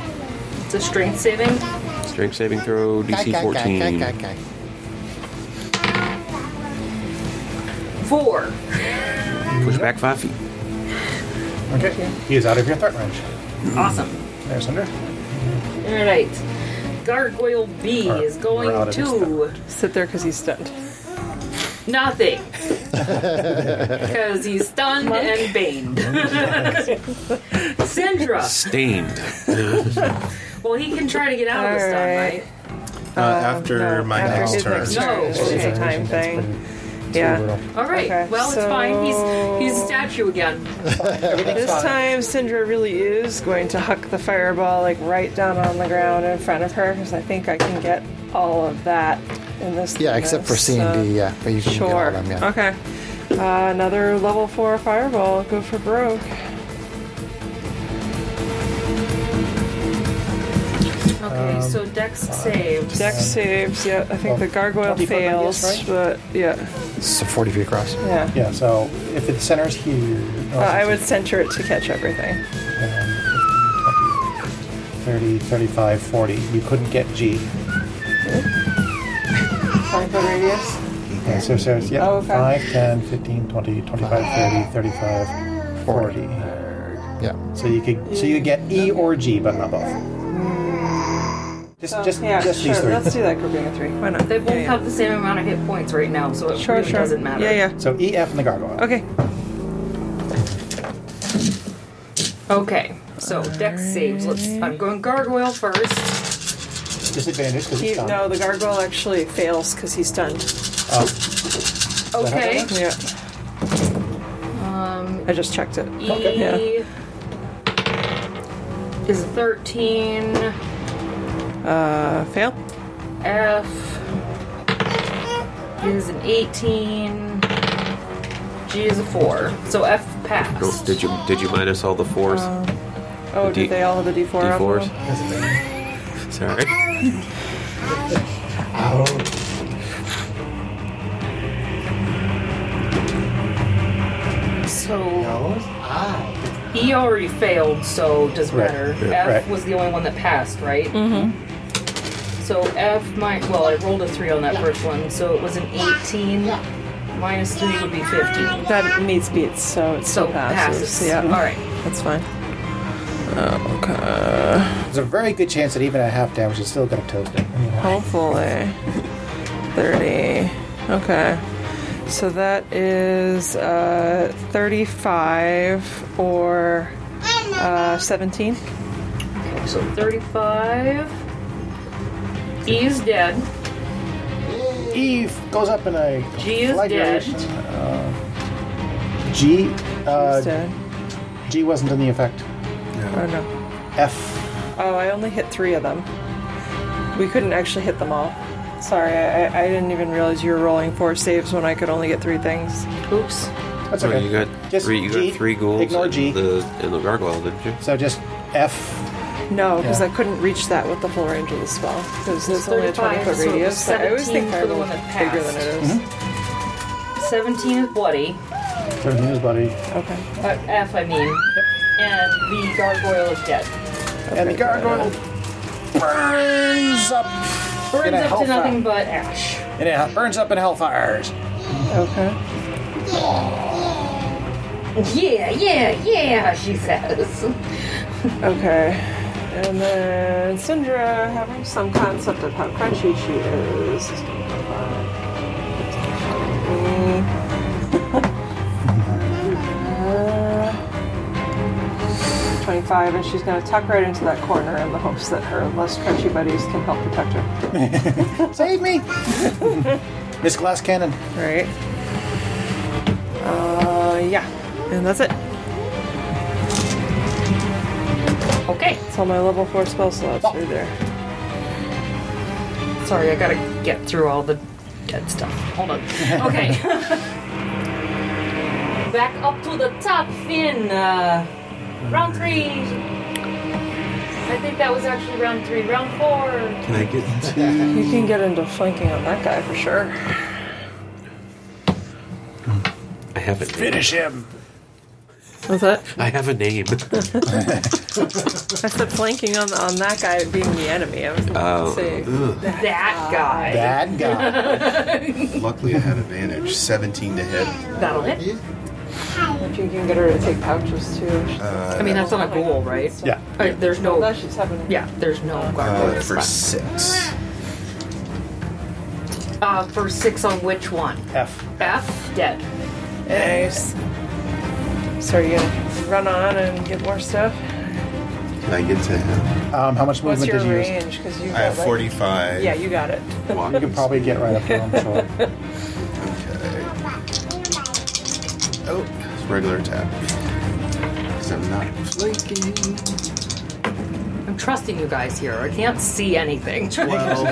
It's a strength saving. Strength saving throw, DC 14. Four. Push back five feet. Okay. He is out of your threat range. Awesome. There's Thunder. All right. Gargoyle B Alright, is we're out going of to Sit there because he's stunned. nothing because he's stunned and baned. Syndra. Stained. Well, he can try to get out of the stun, right? Alright. Uh, after no, my after next his turn. next No. turn, it's just a Okay. time thing. Yeah. All right. Okay, well, it's fine. so- He's he's a statue again. This time, Syndra really is going to huck the fireball like right down on the ground in front of her because I think I can get all of that in this. Yeah, except for bonus, C uh, and D, so- yeah. But you can get all Sure. of them, yeah. Okay. Uh, another level four fireball. Go for broke. Okay. so Dex saves. Um, Dex saves. Yeah, I think the gargoyle 25, I guess, fails, but yeah, It's 40 feet across. yeah. Yeah, so if it centers here. oh, Uh, I would center it to catch everything. 30, 35, 40. You couldn't get G. Five foot radius. Yeah, so, so, yeah. Oh, okay. 5, 10, 15, 20, 25, 30, 35, 40. Yeah. So you could so you could get E or G, but not both. Just So, just, Oh, yeah, just sure. these three. Let's do that grouping of three. Why not? They both yeah, yeah. have the same amount of hit points right now, so it Sure, really sure. doesn't matter. Yeah, yeah. So E, F, and the gargoyle. Okay. Okay. So Dex saves. Let's. I'm going gargoyle first. Disadvantage because He, it's done. no, the gargoyle actually fails because he's stunned. Um, Okay. Yeah. Um, I just checked it. E Yeah. is 13. Uh, fail. F is an 18. G is a 4. So F Don't- passed. did you did you minus all the fours? Oh, D- did they all have a D4? on D4s? them? Sorry. So E already failed, so does Ah. Right. better. Yeah. F Right. was the only one that passed, right? Mm-hmm. So F might well, I rolled a three on that first one, so it was an 18. Minus three would be 15. That meets beats, so it So still passes. Yeah. All right. That's fine. There's a very good chance that even at half damage, it's still going to toast it. Hopefully. 30. Okay. So that is uh, 35 or uh, 17. So 35. E is dead. E goes up in a G is flagration. G, He's uh, dead. G wasn't in the effect. Oh, no. F. Oh, I only hit three of them. We couldn't actually hit them all. Sorry, I, I- I didn't even realize you were rolling four saves when I could only get three things. Oops. That's So okay. Oh, you got Just three. You G. got three ghouls. Ignore and G. The, and the gargoyle, didn't you? So just F, No, because Yeah. I couldn't reach that with the full range of the spell. Because it's It's only a 20 35, foot so it radius. was but I always think 17 for the fireball one is that bigger than it is. 17 is bloody, Everything is bloody. Okay. but uh, F I mean. And the gargoyle is dead. And the gargoyle burns up. Burns Get a up to hellfire. nothing but ash. And it burns up in hellfires. Okay. Yeah, yeah, yeah, she says. Okay. And then Syndra having some concept of how crunchy she is. is gonna come by. Mm. Uh, 25, and she's going to tuck right into that corner in the hopes that her less crunchy buddies can help protect her. Save me! Miss Glass Cannon. Right. Uh, yeah. And that's it. Okay. That's all my level 4 spell slots are there. Sorry, I gotta get through all the dead stuff. Hold on. Okay. Back up to the top, Finn. Uh, round three. I think that was actually round three. Round four. Can I get to? You can get into flanking on that guy for sure. I have a name. Finish him! What's that? I have a name. I said flanking on, on that guy being the enemy. I was going to Oh. say. That guy. Bad guy. Luckily, I had advantage. Seventeen to hit. That'll hit. If you can get her to take pouches too. She- I mean, that's on a goal, right? yeah. Uh, There's Oh. That no. she's having. Yeah, there's no Uh, Oh, gargoyle. for six. Uh, for six on which one? F. F, dead. Nice. So are you gonna run on and get more stuff? Can I get to him? Um, how much What's your movement did you use? range? Because you I have got, like- forty-five. Yeah, you got it. Walk. You can probably get right up to him, sure. Okay. Oh, it's regular attack. Because I'm not flanking. I'm trusting you guys here. I can't see anything. Twelve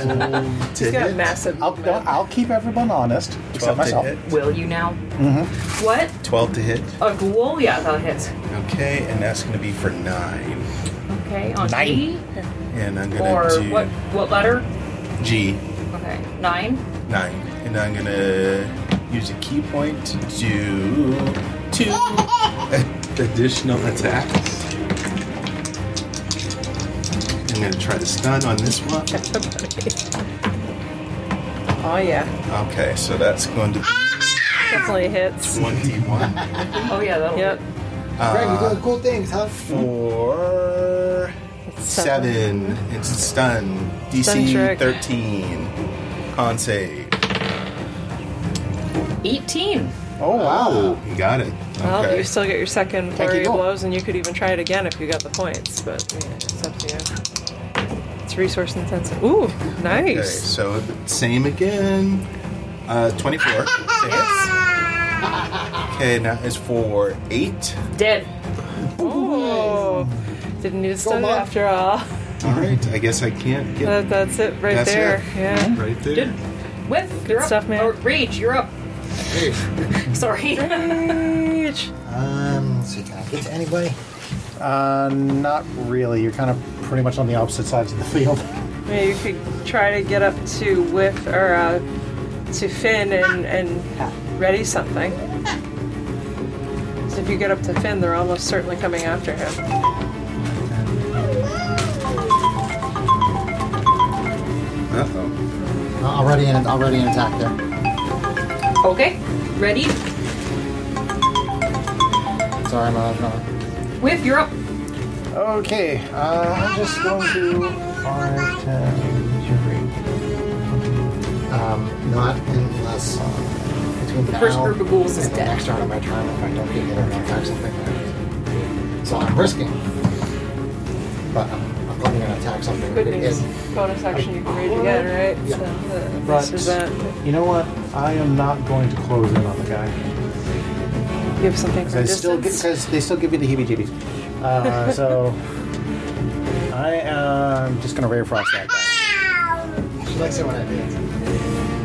to You got hit. massive. I'll, no, I'll keep everyone honest, except Twelve to myself. hit. Will you now? Mm-hmm. What? Twelve to hit. Oh. A ghoul? Yeah, that hits. Okay, and that's going to be for nine. Okay, on Nine. E And I'm or going to do what? What letter? G Okay, nine. nine. And I'm going to use a key point to do two additional attacks. I'm going to try to stun on this one. Oh yeah, Okay, so that's going to be definitely hits. 21 Oh yeah, that'll. Yep. Greg, you're doing cool things, huh? for seven. It's stun. DC trick. 13. Con save. Eighteen. Oh, wow. You got it. Well, Okay. you still get your second flurry of go. blows, and you could even try it again if you got the points. But I mean, it's up to you. It's resource intensive. Ooh, Okay, nice. so same again. Uh, 24. Yes. Okay, now it's for 8. Dead. Oh, didn't need to stun it after all. Alright, I guess I can't Uh, get That, that's it right That's there. it. Yeah. right there. With you're up. stuff, man. Or Rage, you're up. Sorry. Reach. Um, let's see, can I get to anybody? Uh, not really. You're kind of pretty much on the opposite sides of the field. Yeah, you could try to get up to Whiff or uh, to Finn and, and ready something. So if you get up to Finn, they're almost certainly coming after him. Uh-oh. Uh, already, in, already in attack there. okay. Ready? Sorry, uh, my love. no. With you're up. Okay, uh, I'm just going to. Five, ten, Um, not unless between now First group of ghouls is and the dead. next round of my turn, if I don't get hit or not attack something. So I'm risking. But I'm, I'm probably going to attack something. Good that news. is- Bonus action, you can read again, right? Yeah. So, uh, Right. this is that. You know what? I am not going to close in on the guy You have something from because still distance. because they still give you the heebie-jeebies. Uh, so I am just going to rave frost that guy. She likes it when I do.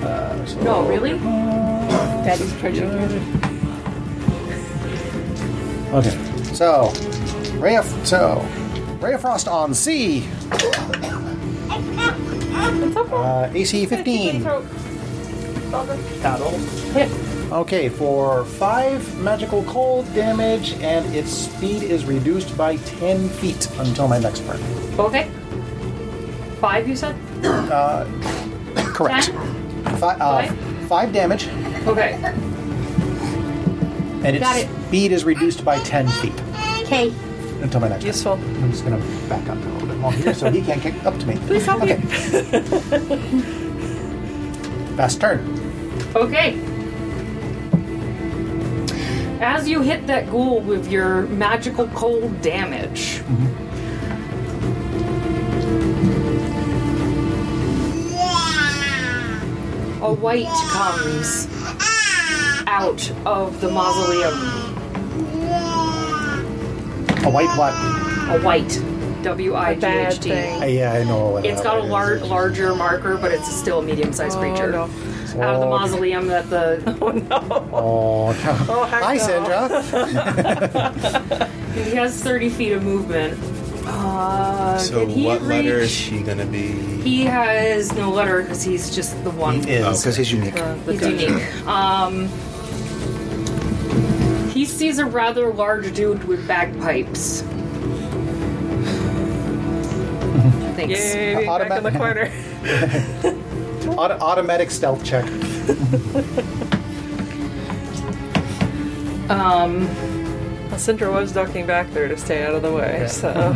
Uh, so- No, Oh, really? Daddy's project. Okay. So, Ray of so Ray of Frost on C. Uh, AC 15. That'll hit. Okay, for 5 magical cold damage, and its speed is reduced by 10 feet until my next turn. Okay. Five, you said? Correct. Fi- uh, Five? 5 damage, Okay. and its Got it. speed is reduced by 10 feet Okay. until my next Useful. turn. I'm just going to back up a little bit more here so he can't get up to me. Please help me. okay. Fast turn. Okay. As you hit that ghoul with your magical cold damage, a white comes out of the mausoleum. A white what? A white. W I G Bad H T. thing. Uh, yeah, I know what It's that got a is. lar- larger marker, but it's still a medium sized creature. Oh, no. Out of the Oh. mausoleum that the. Oh, no. heck Hi, no. Sandra. He has 30 feet of movement. Uh, So did he what letter is reach- she gonna be? He has no letter because he's just the one. He Oh, is. Because he's unique. He's unique. Um, he sees a rather large dude with bagpipes. Thanks. Yay, back in the Automatic- corner. Auto- automatic stealth check. Um, Well, Sindra was ducking back there to stay out of the way, so.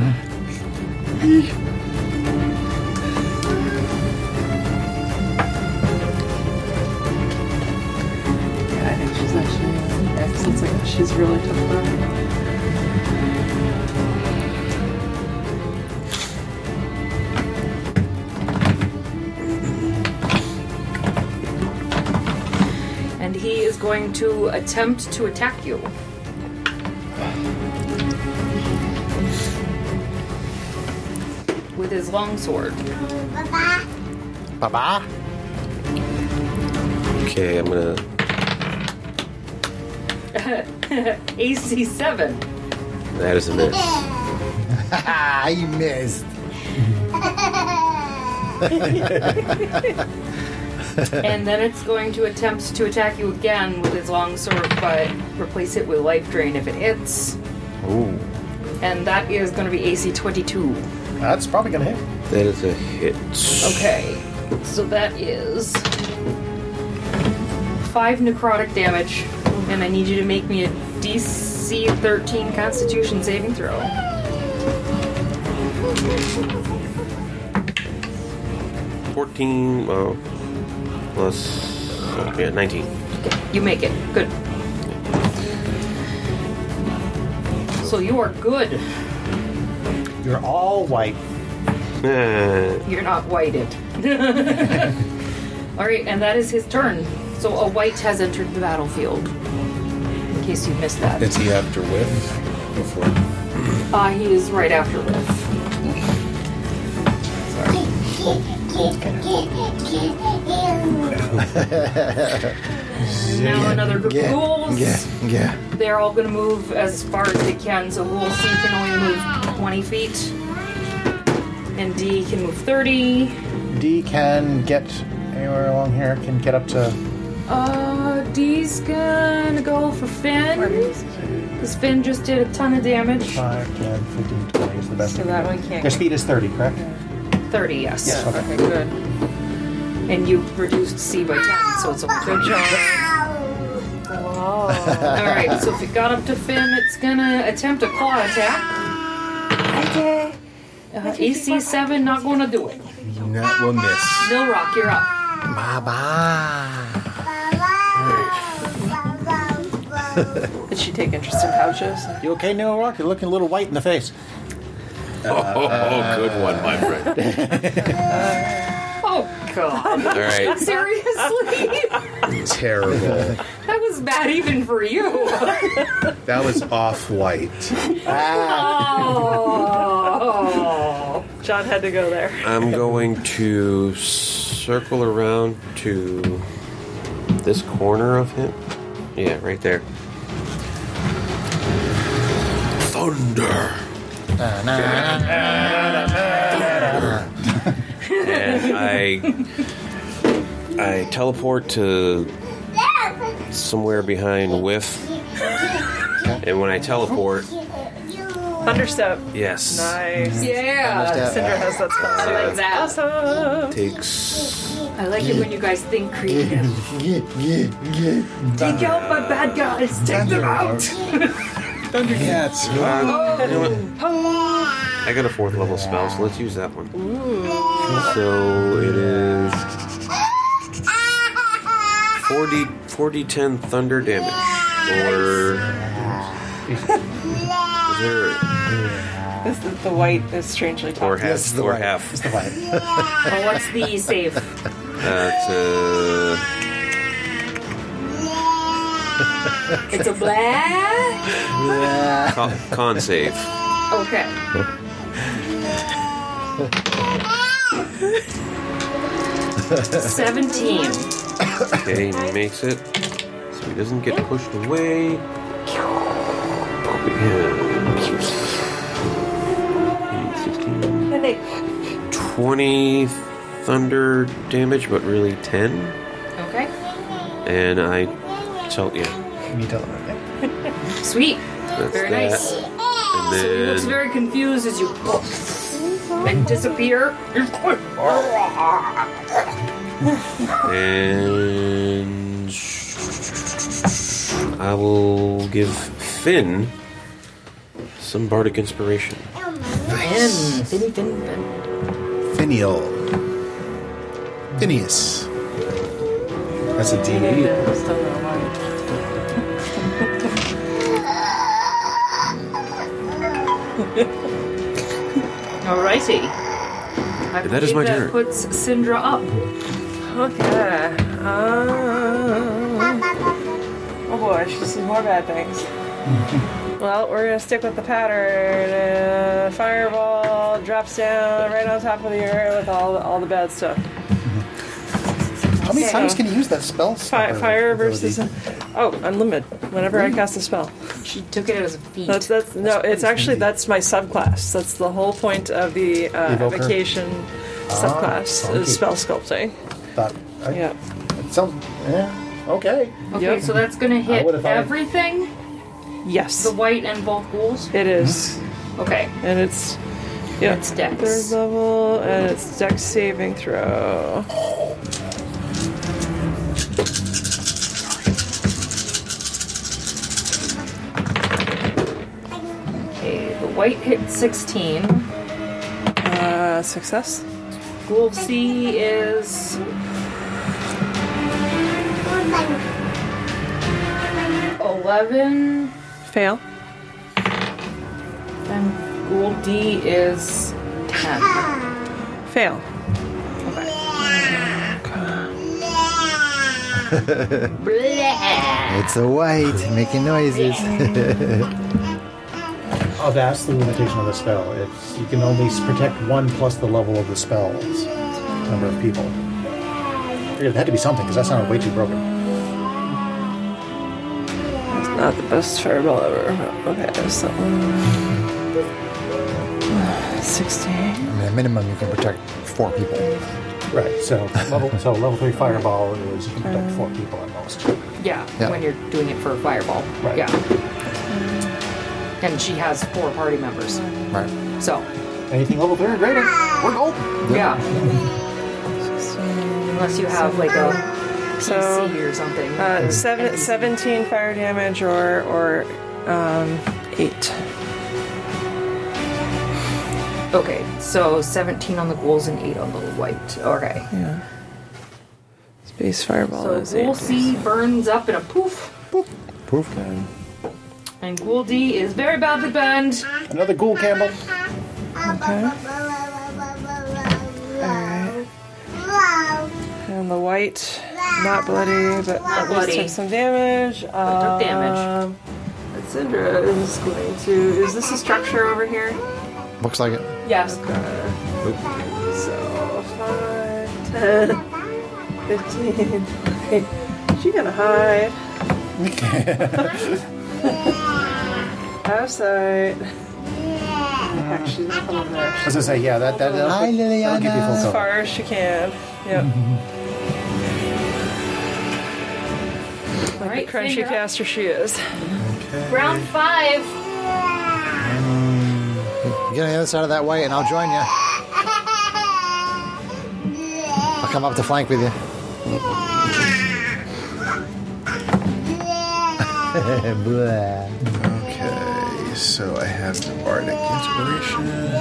Yeah, I think she's actually. It's like she's really tough. though. and he is going to attempt to attack you. With his longsword. Baba. Okay, I'm gonna. AC 7. That is a miss. Ah, you missed. and then it's going to attempt to attack you again with its long sword, but replace it with life drain if it hits. Ooh. And that is going to be AC 22. That's probably gonna hit. That is a Oh. hit. Okay, so that is five necrotic damage, and I need you to make me a DC 13 Constitution saving throw. Fourteen. Well, plus. oh, yeah, nineteen. You make it. Good. So you are good. You're all white. Eh, You're not whited. All right, and that is his turn. So a white has entered the battlefield. In case you missed that, Is he after Whiff? Before. uh, he is right after Riff. Now another group of ghouls. Yeah, yeah. They're all going to move as far as they can. So Ghoul C can only move 20 feet, and D can move 30. D can get anywhere along here. Can get up to. Uh, D's gonna go for Finn. Because Finn just did a ton of damage. 5, 10, 15, 20 is the best. So that one can't. Their speed is 30, correct? 30, yes. Yes, okay. Okay, good. And you reduced C by 10, so it's only 20. Oh, Alright, so if it got up to Finn, it's gonna attempt a claw attack. Uh, AC7, not gonna do it. That will miss. Bill Rock, you're up. Baba. did she take interest in pouches? You okay, Neil Rock? You're looking a little white in the face. oh, good one, my friend. Oh, God. All right. Seriously? Terrible. that was bad even for you. that was off white. Oh. John had to go there. I'm going to circle around to this corner of him. Yeah, right there. Thunder. and I I teleport to somewhere behind Whiff, and when I teleport, Thunderstep. yes, uh, Nice. Yeah. Cinder has that spell. I like that. Awesome. takes I like it when you guys think creative. Yeah, yeah, yeah. Take out my bad guys. Take them out. Thundercats. You know what? I got a fourth level spell, so let's use that one. So it is 4D 4d10 thunder damage. Or is there This is the white is strangely or toxic. half Yes, the or white. half? It's the white. Oh, what's the save? That's uh, It's a black. con, con save. Okay. Seventeen. Okay, he makes it. So he doesn't get pushed away. Yeah. 16. And they 20 thunder damage, but really 10. Okay. And I tell yeah, Can you tell them everything? Sweet. that's Very that. nice. And So he then looks very confused as you and disappear. and I will give Finn some bardic inspiration. Finn, Finny, Finn, Finn. Finial. Phineas. That's a DD. still don't want Alrighty. I That is believe my that turn. puts Syndra up. Okay. Um, Uh, oh boy, she sees more bad things. Well, we're gonna stick with the pattern. Uh, fireball drops down right on top of the area with all the, all the bad stuff. How many times can you use that spell? Fi- stopper fire ability? versus oh, unlimited. Whenever I cast a spell, She took it as a feat. that's that's no. It's actually that's my subclass. That's the whole point of the uh, Evoker. Ah, vacation subclass funky. is spell sculpting. Thought- I- Yeah. It sounds. Yeah. Okay. okay, yep. so that's gonna I hit would've thought- everything. Yes, The white and both ghouls. it is, Hmm? Okay. and it's yeah. It's dex. Third level, and it's Dex saving throw. Okay, the white hit 16. Uh, success. Ghoul C is. Eleven Fail. and ghoul D is ten. Fail. It's a white making noises. Oh, that's the limitation of the spell. It's you can only s- protect one plus the level of the spell's number of people. It had to be something because that sounded way too broken. It's not the best fireball ever. Okay, so. 16. I mean, at minimum, you can protect four people. Right. So level so level three fireball is you can protect four people at most. Yeah, Yeah. when you're doing it for a fireball. Right. Yeah. And she has four party members. Right. So, Anything level three or greater, we're golden. yeah. Unless you have like a PC So, or something. Uh, seven, 17 fire damage or, or um, 8. okay, so 17 on the ghouls and 8 on the white. Okay. Yeah. Space fireball So is 8. Ghoul C burns up in a poof. Poof. And Ghoul D is very badly burned. Another ghoul Campbell. And the white, not bloody, but at least bloody. took some damage. took damage. Um, Sindra is going to. Is this a structure over here? Looks like it. Yes. So, 5, 10, 15. She gonna hide. Outside. attack. She's gonna put on there. I was gonna say, yeah, that that that'll, Hi, that'll give you Liliana. full As cover. far as she can. Yep. All right, Crunchy finger up. caster she is. Round five. You get on the other side of that way, and I'll join you. I'll come up to flank with you. Blah. Okay, E. so I have the Bardic Inspiration.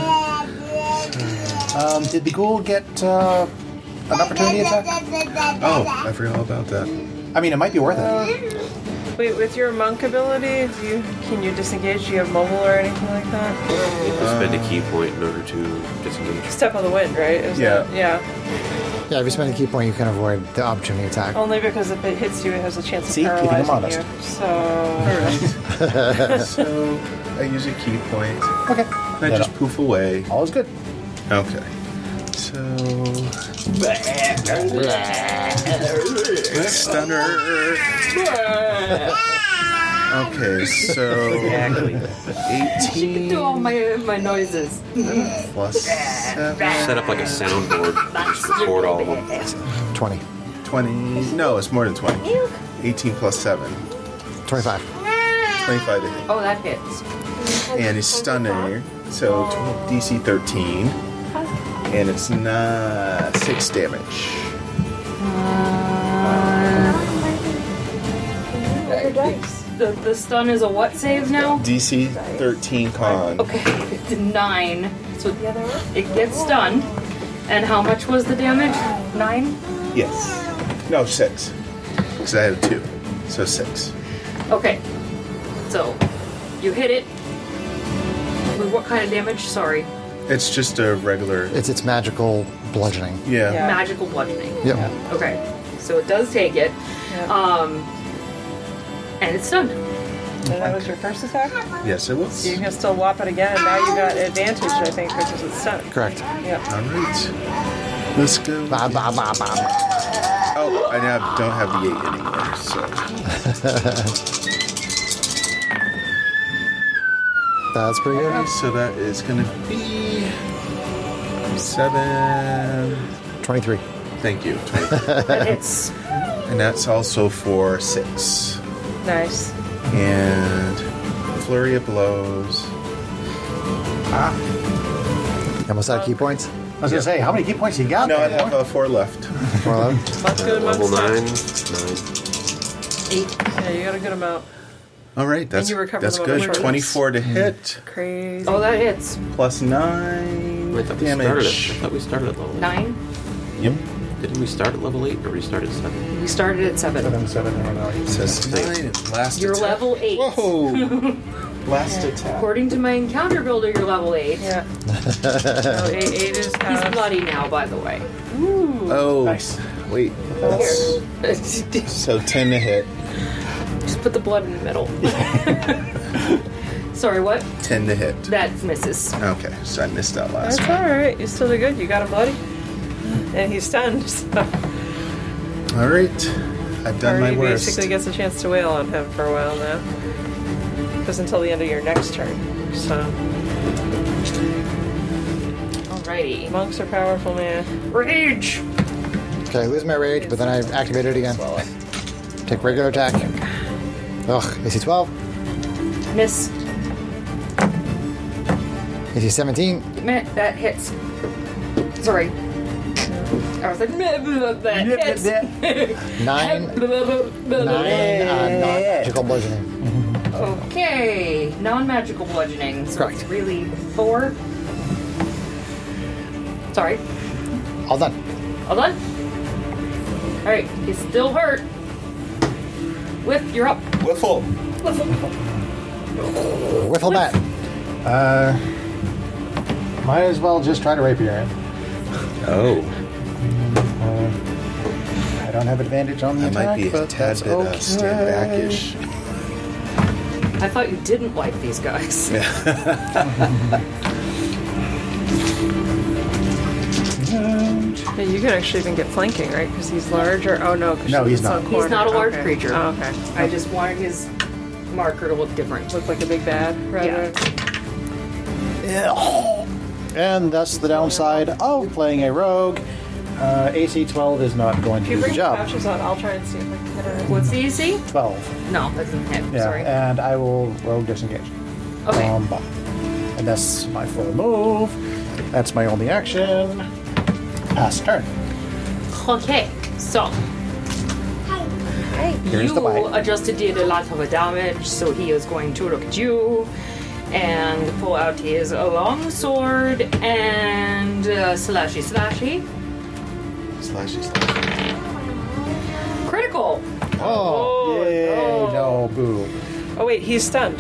Um, did the ghoul get uh, an opportunity attack? Oh, I forgot all about that. I mean, it might be worth it. Wait, with your monk ability, do you can you disengage? Do you have mobile or anything like that? spend a key point in order to disengage. Step of the wind, right? Is Yeah. that- yeah. Yeah, if you spend a key point, you can avoid the opportunity attack. Only because if it hits you, it has a chance See, of keeping them paralyzing honest. you. So Uh, so I use a key point. Okay, I just poof away. all is good. Okay. So. Stunner. okay, so. Exactly. 18 Do all Oh, my my noises. plus 7. Set up like a soundboard. Just record all of them. 20. 20. No, it's more than 20. 18 plus 7. 25. 25 to hit. Oh, that hits. And it's stunner. So tw- DC 13. And it's not 6 damage. The, the stun is a what save now? DC 13 con. Okay, it's a nine. So it gets stunned. And how much was the damage? Nine? Yes. No, six. Because I had a two. So six. Okay. So you hit it. With what kind of damage? Sorry. It's just a regular. It's its magical bludgeoning. Yeah. Yeah. Magical bludgeoning. Yep. Okay. So it does take it. Um, and it's stunned. and that was your first attack. Yes, it was. You can still whop it again. Now you got advantage, I think, because it's stuck. Correct. All right. Let's go. Ba, ba, ba, ba, ba. Oh, I now don't have the eight anymore. So That's pretty good. so that is gonna be seven. 23. Thank you. 23. But it's and that's also for six. Nice. And flurry of blows. You almost out of key points? I was gonna say, how many key points you got? No, I there, have boy? uh, four left. More left? Let's go to Level monk nine. stun. Nine. eight. Yeah, you got a good amount. All right, that's you recover that's the one good. short rest. Twenty-four to hit Crazy. Oh, that hits. plus nine Wait, I thought we started damage. at, I thought we started at level eight. Nine. Yep. Didn't we start at level eight or we started at seven? We started at seven. Seven, seven, I don't know. Says nine and blast You're attack. level eight. Whoa! blast attack. According to my encounter builder, you're level eight. Yeah. no, eight, eight is He's past. bloody now, by the way. Oh, Nice. wait. That's, Just so ten to hit. put the blood in the middle. Sorry, what? Ten to hit. That misses. Okay, so I missed that last That's all right. You still did good. You got him bloody, and he's stunned. So. one. All right, I've done my Party worst. basically gets a chance to wail on him for a while now. Because until the end of your next turn. So Alrighty. monks are powerful, man. Rage! Okay, I lose my rage, but then I activate it again. Take regular attack. Ugh, AC 12, Miss. AC 17, Meh, that hits. Sorry. I was like, meh, blah, blah, blah, hits. 9, 9 Blah, blah, blah, blah, blah. uh, non-magical bludgeoning. Okay, non-magical bludgeoning. So Correct. it's really four. Sorry, All done. all done. All right, he's still hurt. Whip, you're up. Wiffle. Whiffle bat. Might as well just try to rapier it. Oh, I don't have advantage on the that attack, might be a but tad that's bit uh, okay. stand back-ish. I thought you didn't like these guys. Yeah, you could actually even get flanking, right? Because he's larger. Oh no, 'cause No, she he's was on not. He's corner. not a large Okay. creature. Oh, okay. I just wanted his marker to look different. Looks like a big bad, rather. Yeah. And that's the downside of playing a rogue. Uh, AC 12 is not going If to you do the bring the job. pouches on, I'll try and see if I can get her. What's the AC? 12. No, that doesn't hit. Yeah, Sorry. and I will rogue disengage. okay. Um, bah. and that's my full move. That's my only action. Pass turn. Okay, so Here's you the bite. adjusted did a lot of damage, so he is going to look at you and pull out his long sword and uh, slashy slashy Slashy slash. critical. Oh, yay, no, boo. Oh wait, he's stunned.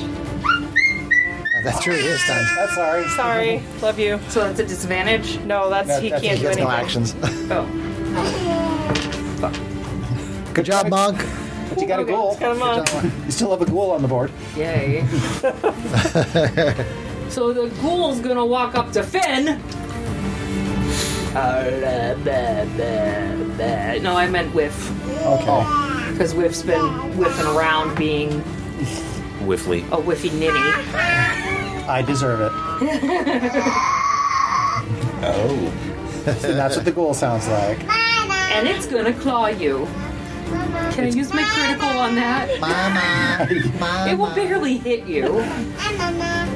That sure is done. That's sorry. Sorry, love you. So that's a disadvantage. No, that's That- he Mm-hmm. that's- can't do that's No anything. actions. Oh, Good job, Monk. But you got a goal. Come on. You still have a goal on the board. yay! so the ghoul's gonna walk up to Finn. Uh, bah, bah, bah. No, I meant whiff Okay. because whiff's been whiffing around being Whiffly. a whiffy ninny. I deserve it. Oh. And that's what the goal sounds like. and it's gonna claw you. Can I use my critical on that? Mama. It will barely hit you.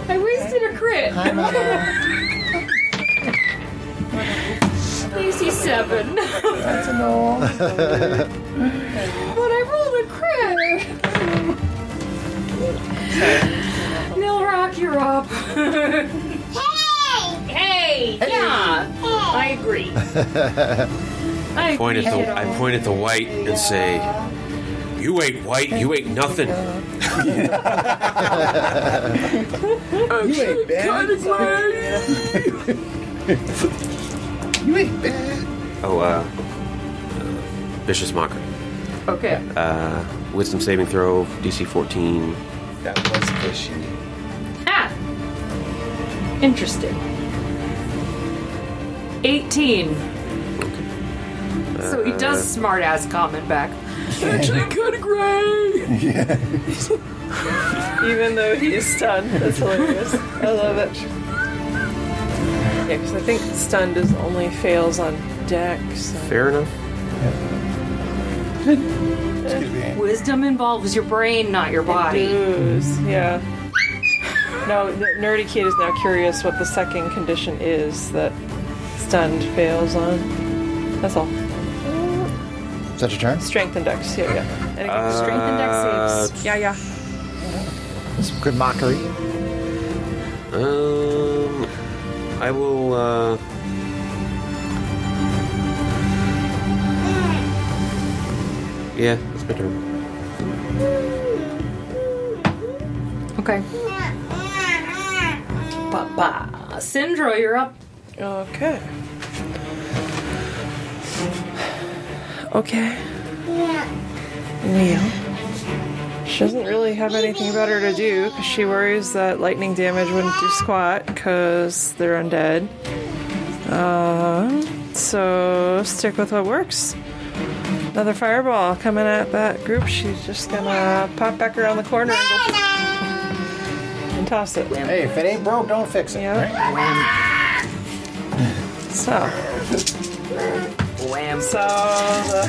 I wasted a crit. AC seven. That's an but I rolled a crit. Nil Rock, you're up. hey, yeah, I agree. I Point agree. at the, kiddo. I point at the white and say, You ain't white, you ain't nothing. You ain't bad. You ain't bad. Oh, uh, Vicious Mocker. okay. Uh, wisdom saving throw, DC 14. That was fishy. Ah! Interesting. 18. So he does smart ass comment back. Actually, good grade! Even though he's stunned, that's hilarious. I love it. Yeah, because I think stunned is only fails on deck. So. Fair enough. Wisdom involves your brain, not your body. Blues, yeah. No, the nerdy kid is now curious what the second condition is that stunned fails on. That's all. Is that your turn? Strength index. Yeah, yeah. And it Uh, strength index saves. Yeah, yeah. That's good mockery. Um, I will. Uh, yeah, that's my turn. Okay. Ba ba. Syndra, you're up. Okay. Okay. Neil. She doesn't really have anything better to do because she worries that lightning damage wouldn't do squat because they're undead. Uh, so stick with what works. Another fireball coming at that group. She's just gonna pop back around the corner and, go, and toss it. Hey, if it ain't broke, don't fix it. Yeah. So, Wham. so the,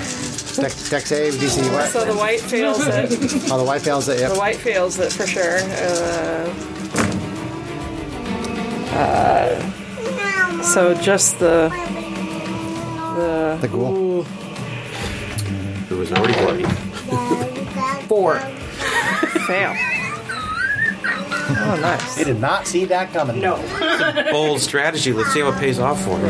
Deck, deck save, DC. so What? the white fails it. Oh, the white fails it. The Yep. white fails it for sure. Uh, uh, so just the the The ghoul. It was already bloody. Four. fail. Oh, nice. They did not see that coming. No. Bold strategy. Let's see how it pays off for me.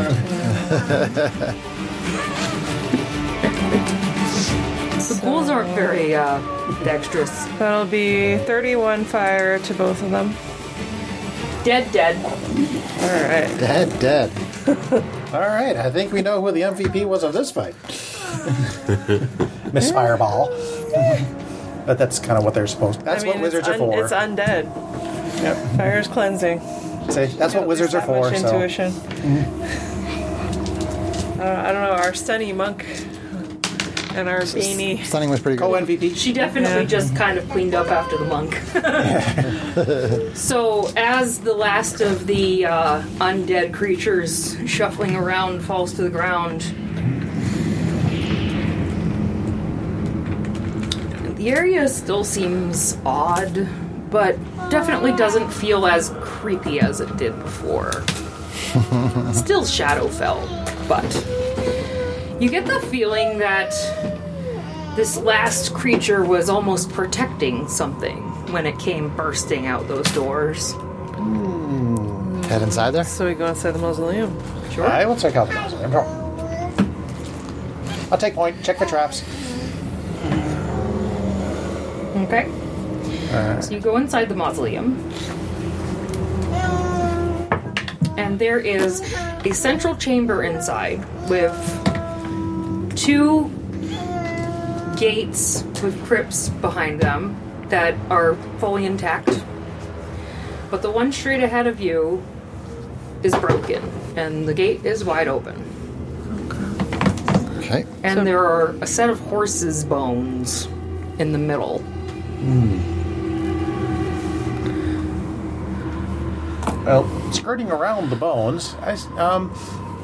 The ghouls aren't very uh, dexterous. That'll be 31 fire to both of them. Dead, dead. All right. Dead, dead. All right, I think we know who the MVP was of this fight. Miss Fireball. but that's kind of what they're supposed. That's I mean, what wizards it's, are un- for. it's undead. Yep. Fire is cleansing. See, that's what At wizards are least that for. much So Mm-hmm. Intuition. Uh, I don't know. Our stunny monk and our beanie. Stunning was pretty good. Go MVP. She definitely just kind of cleaned up after the monk. so, as the last of the uh, undead creatures shuffling around falls to the ground, the area still seems odd, but definitely doesn't feel as creepy as it did before. still Shadowfell, but you get the feeling that this last creature was almost protecting something when it came bursting out those doors. Head inside there. So we go inside the mausoleum. I will check out the mausoleum door. I'll take point. Check for traps. Okay. So you go inside the mausoleum. And there is a central chamber inside with two gates with crypts behind them that are fully intact. But the one straight ahead of you is broken, and the gate is wide open. Okay. And there are a set of horse's bones in the middle. Well, skirting around the bones, I s um,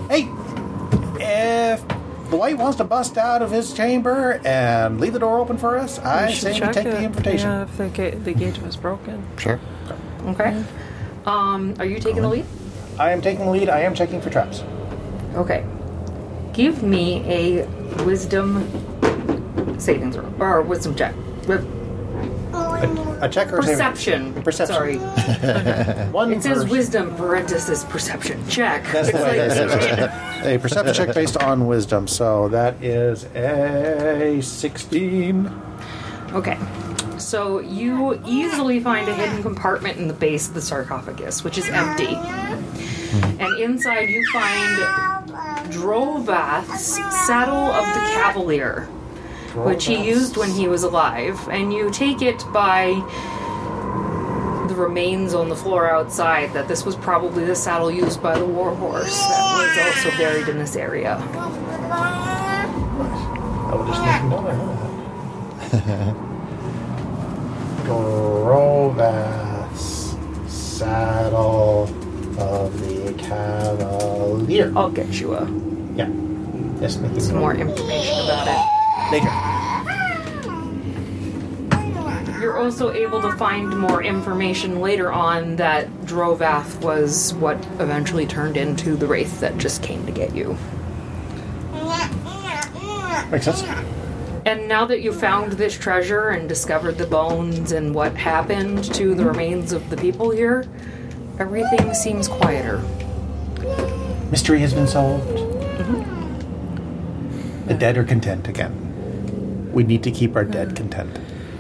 hey, if the white wants to bust out of his chamber and leave the door open for us, I We should say we check take it. the invitation. Yeah, if the gate, the gate was broken. Sure. Okay. Um, are you taking the lead? I am taking the lead. I am checking for traps. Okay. Give me a wisdom saving throw or wisdom check. Re- A check or a saving- Perception. Perception. Sorry. One It says per- wisdom, parenthesis, perception. Check. That's It's the way like- it is. A perception check based on wisdom, so that is a 16. Okay. So you easily find a hidden compartment in the base of the sarcophagus, which is empty. Hmm. And inside you find Drovath's Saddle of the Cavalier, which he used when he was alive. And you take it by the remains on the floor outside that this was probably the saddle used by the warhorse that was also buried in this area. I would just think, no, I know that. Drovath's saddle of the cavalier. Oh, I'll get you a, Yeah. Yes, thank you. some more information about it. Later. You're also able to find more information later on that Drovath was what eventually turned into the Wraith that just came to get you. Makes sense. And now that you found this treasure and discovered the bones and what happened to the remains of the people here, everything seems quieter. Mystery has been solved. The dead are content again. We need to keep our dead content.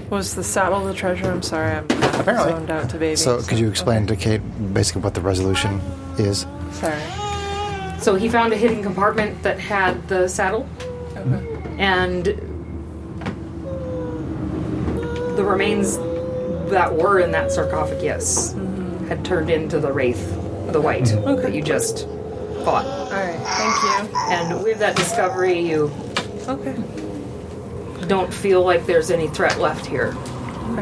Was the saddle the treasure? I'm sorry, I'm Apparently. zoned out to babies. So, could you explain to Kate basically what the resolution is? Sorry. So he found a hidden compartment that had the saddle, and the remains that were in that sarcophagus Mm-hmm. had turned into the wraith, the white that you just fought. All right. And with that discovery, you Thank you. Okay. don't feel like there's any threat left here.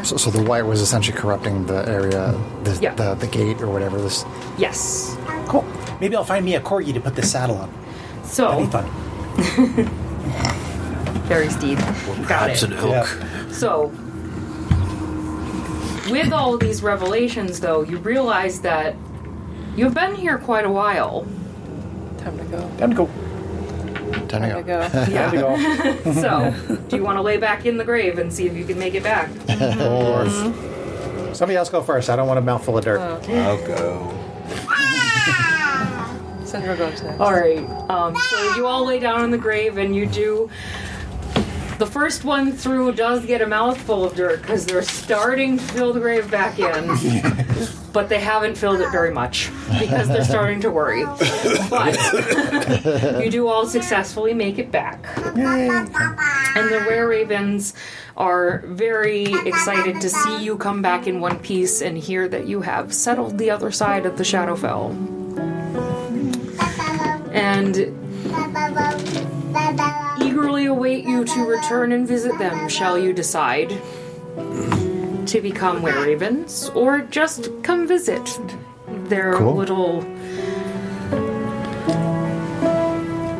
So, so the white was essentially corrupting the area, the, Yeah. the, the gate or whatever. This Yes. Cool. Maybe I'll find me a corgi to put this saddle on. That'd be So, fun. very steep. Got it. It's an elk. So, with all these revelations, though, you realize that you've been here quite a while. Time to go. Time to go. time to Time to go. go. Time to go. So, do you want to lay back in the grave and see if you can make it back? Somebody else go first. I don't want a mouthful of dirt. I'll go. Sandra goes next. All right. Um, so you all lay down in the grave, and you do. The first one through does get a mouthful of dirt because they're starting to fill the grave back in, but they haven't filled it very much because they're starting to worry. But you do all successfully make it back. And the Were Ravens are very excited to see you come back in one piece and hear that you have settled the other side of the Shadowfell. And Bye bye. Bye bye. eager eagerly await you to return and visit them, shall you decide to become were ravens or just come visit their Cool. little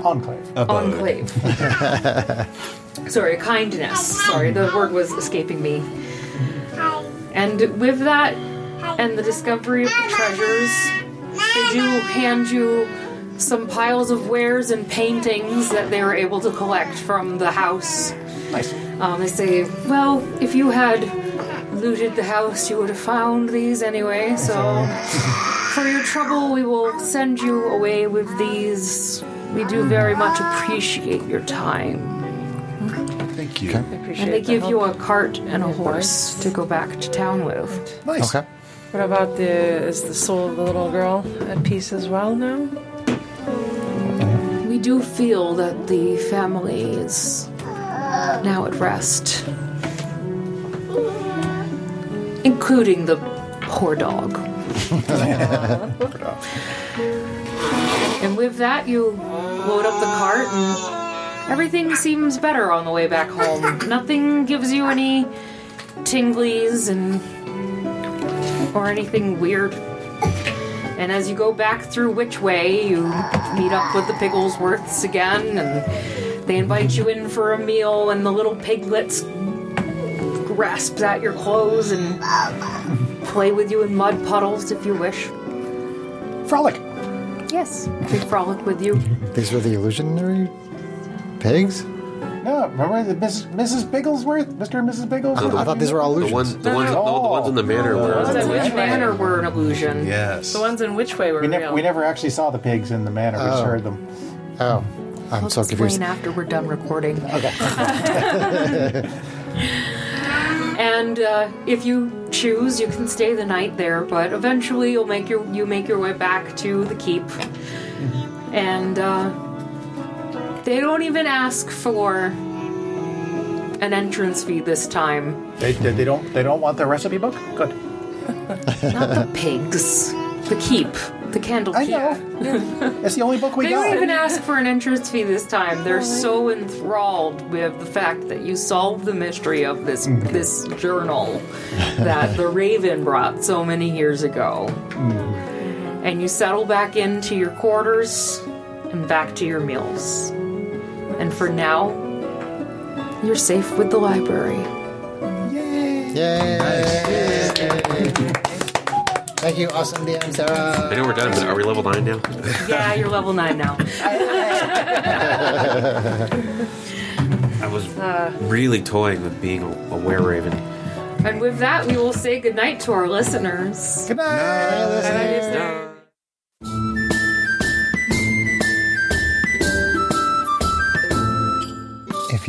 Enclave. enclave. Sorry, kindness. Sorry, the word was escaping me. And with that, and the discovery of the treasures, they do hand you some piles of wares and paintings that they were able to collect from the house. Um, they say, well, if you had looted the house, you would have found these anyway, so for your trouble, we will send you away with these. We do very much appreciate your time. Thank you. Okay. And Appreciate they the give help. you a cart and a horse to go back to town with. Nice. Okay. What about the is the soul of the little girl at peace as well now? We do feel that the family is now at rest, including the poor dog. and with that, you load up the cart, and everything seems better on the way back home. Nothing gives you any tinglies and or anything weird. And as you go back through Which Way, you meet up with the Pigglesworths again, and they invite you in for a meal, and the little piglets grasp at your clothes and play with you in mud puddles if you wish. Frolic. Yes. They frolic with you. These were the illusionary pigs? No, remember the Miss, Mrs. Bigglesworth? Mr. and Mrs. Bigglesworth? I thought these were all The illusions. ones, the ones, the, the ones in the manor were. The Witch Manor were an illusion. Yes. The ones in which way were We, nev- real? we never actually saw the pigs in the manor. We just Oh. heard them. Oh, I'm I'll so explain confused. after we're done recording. Okay. and uh, if you choose, you can stay the night there, but eventually you'll make your you make your way back to the keep, Mm-hmm. and uh, they don't even ask for an entrance fee this time. They, they, they don't. They don't want their recipe book. Good. Not the pigs, the keep, the candle I keep. know. It's the only book we They don't got. even ask for an entrance fee this time. They're so enthralled with the fact that you solved the mystery of this this journal that the Raven brought so many years ago. And you settle back into your quarters and back to your meals. And for now, you're safe with the library. Yay! Thank you, awesome DM Sarah. I know we're done, but are we level 9 now? Yeah, you're level nine now. I was really toying with being a, a were raven. And with that, we will say goodnight to our listeners. Good night. If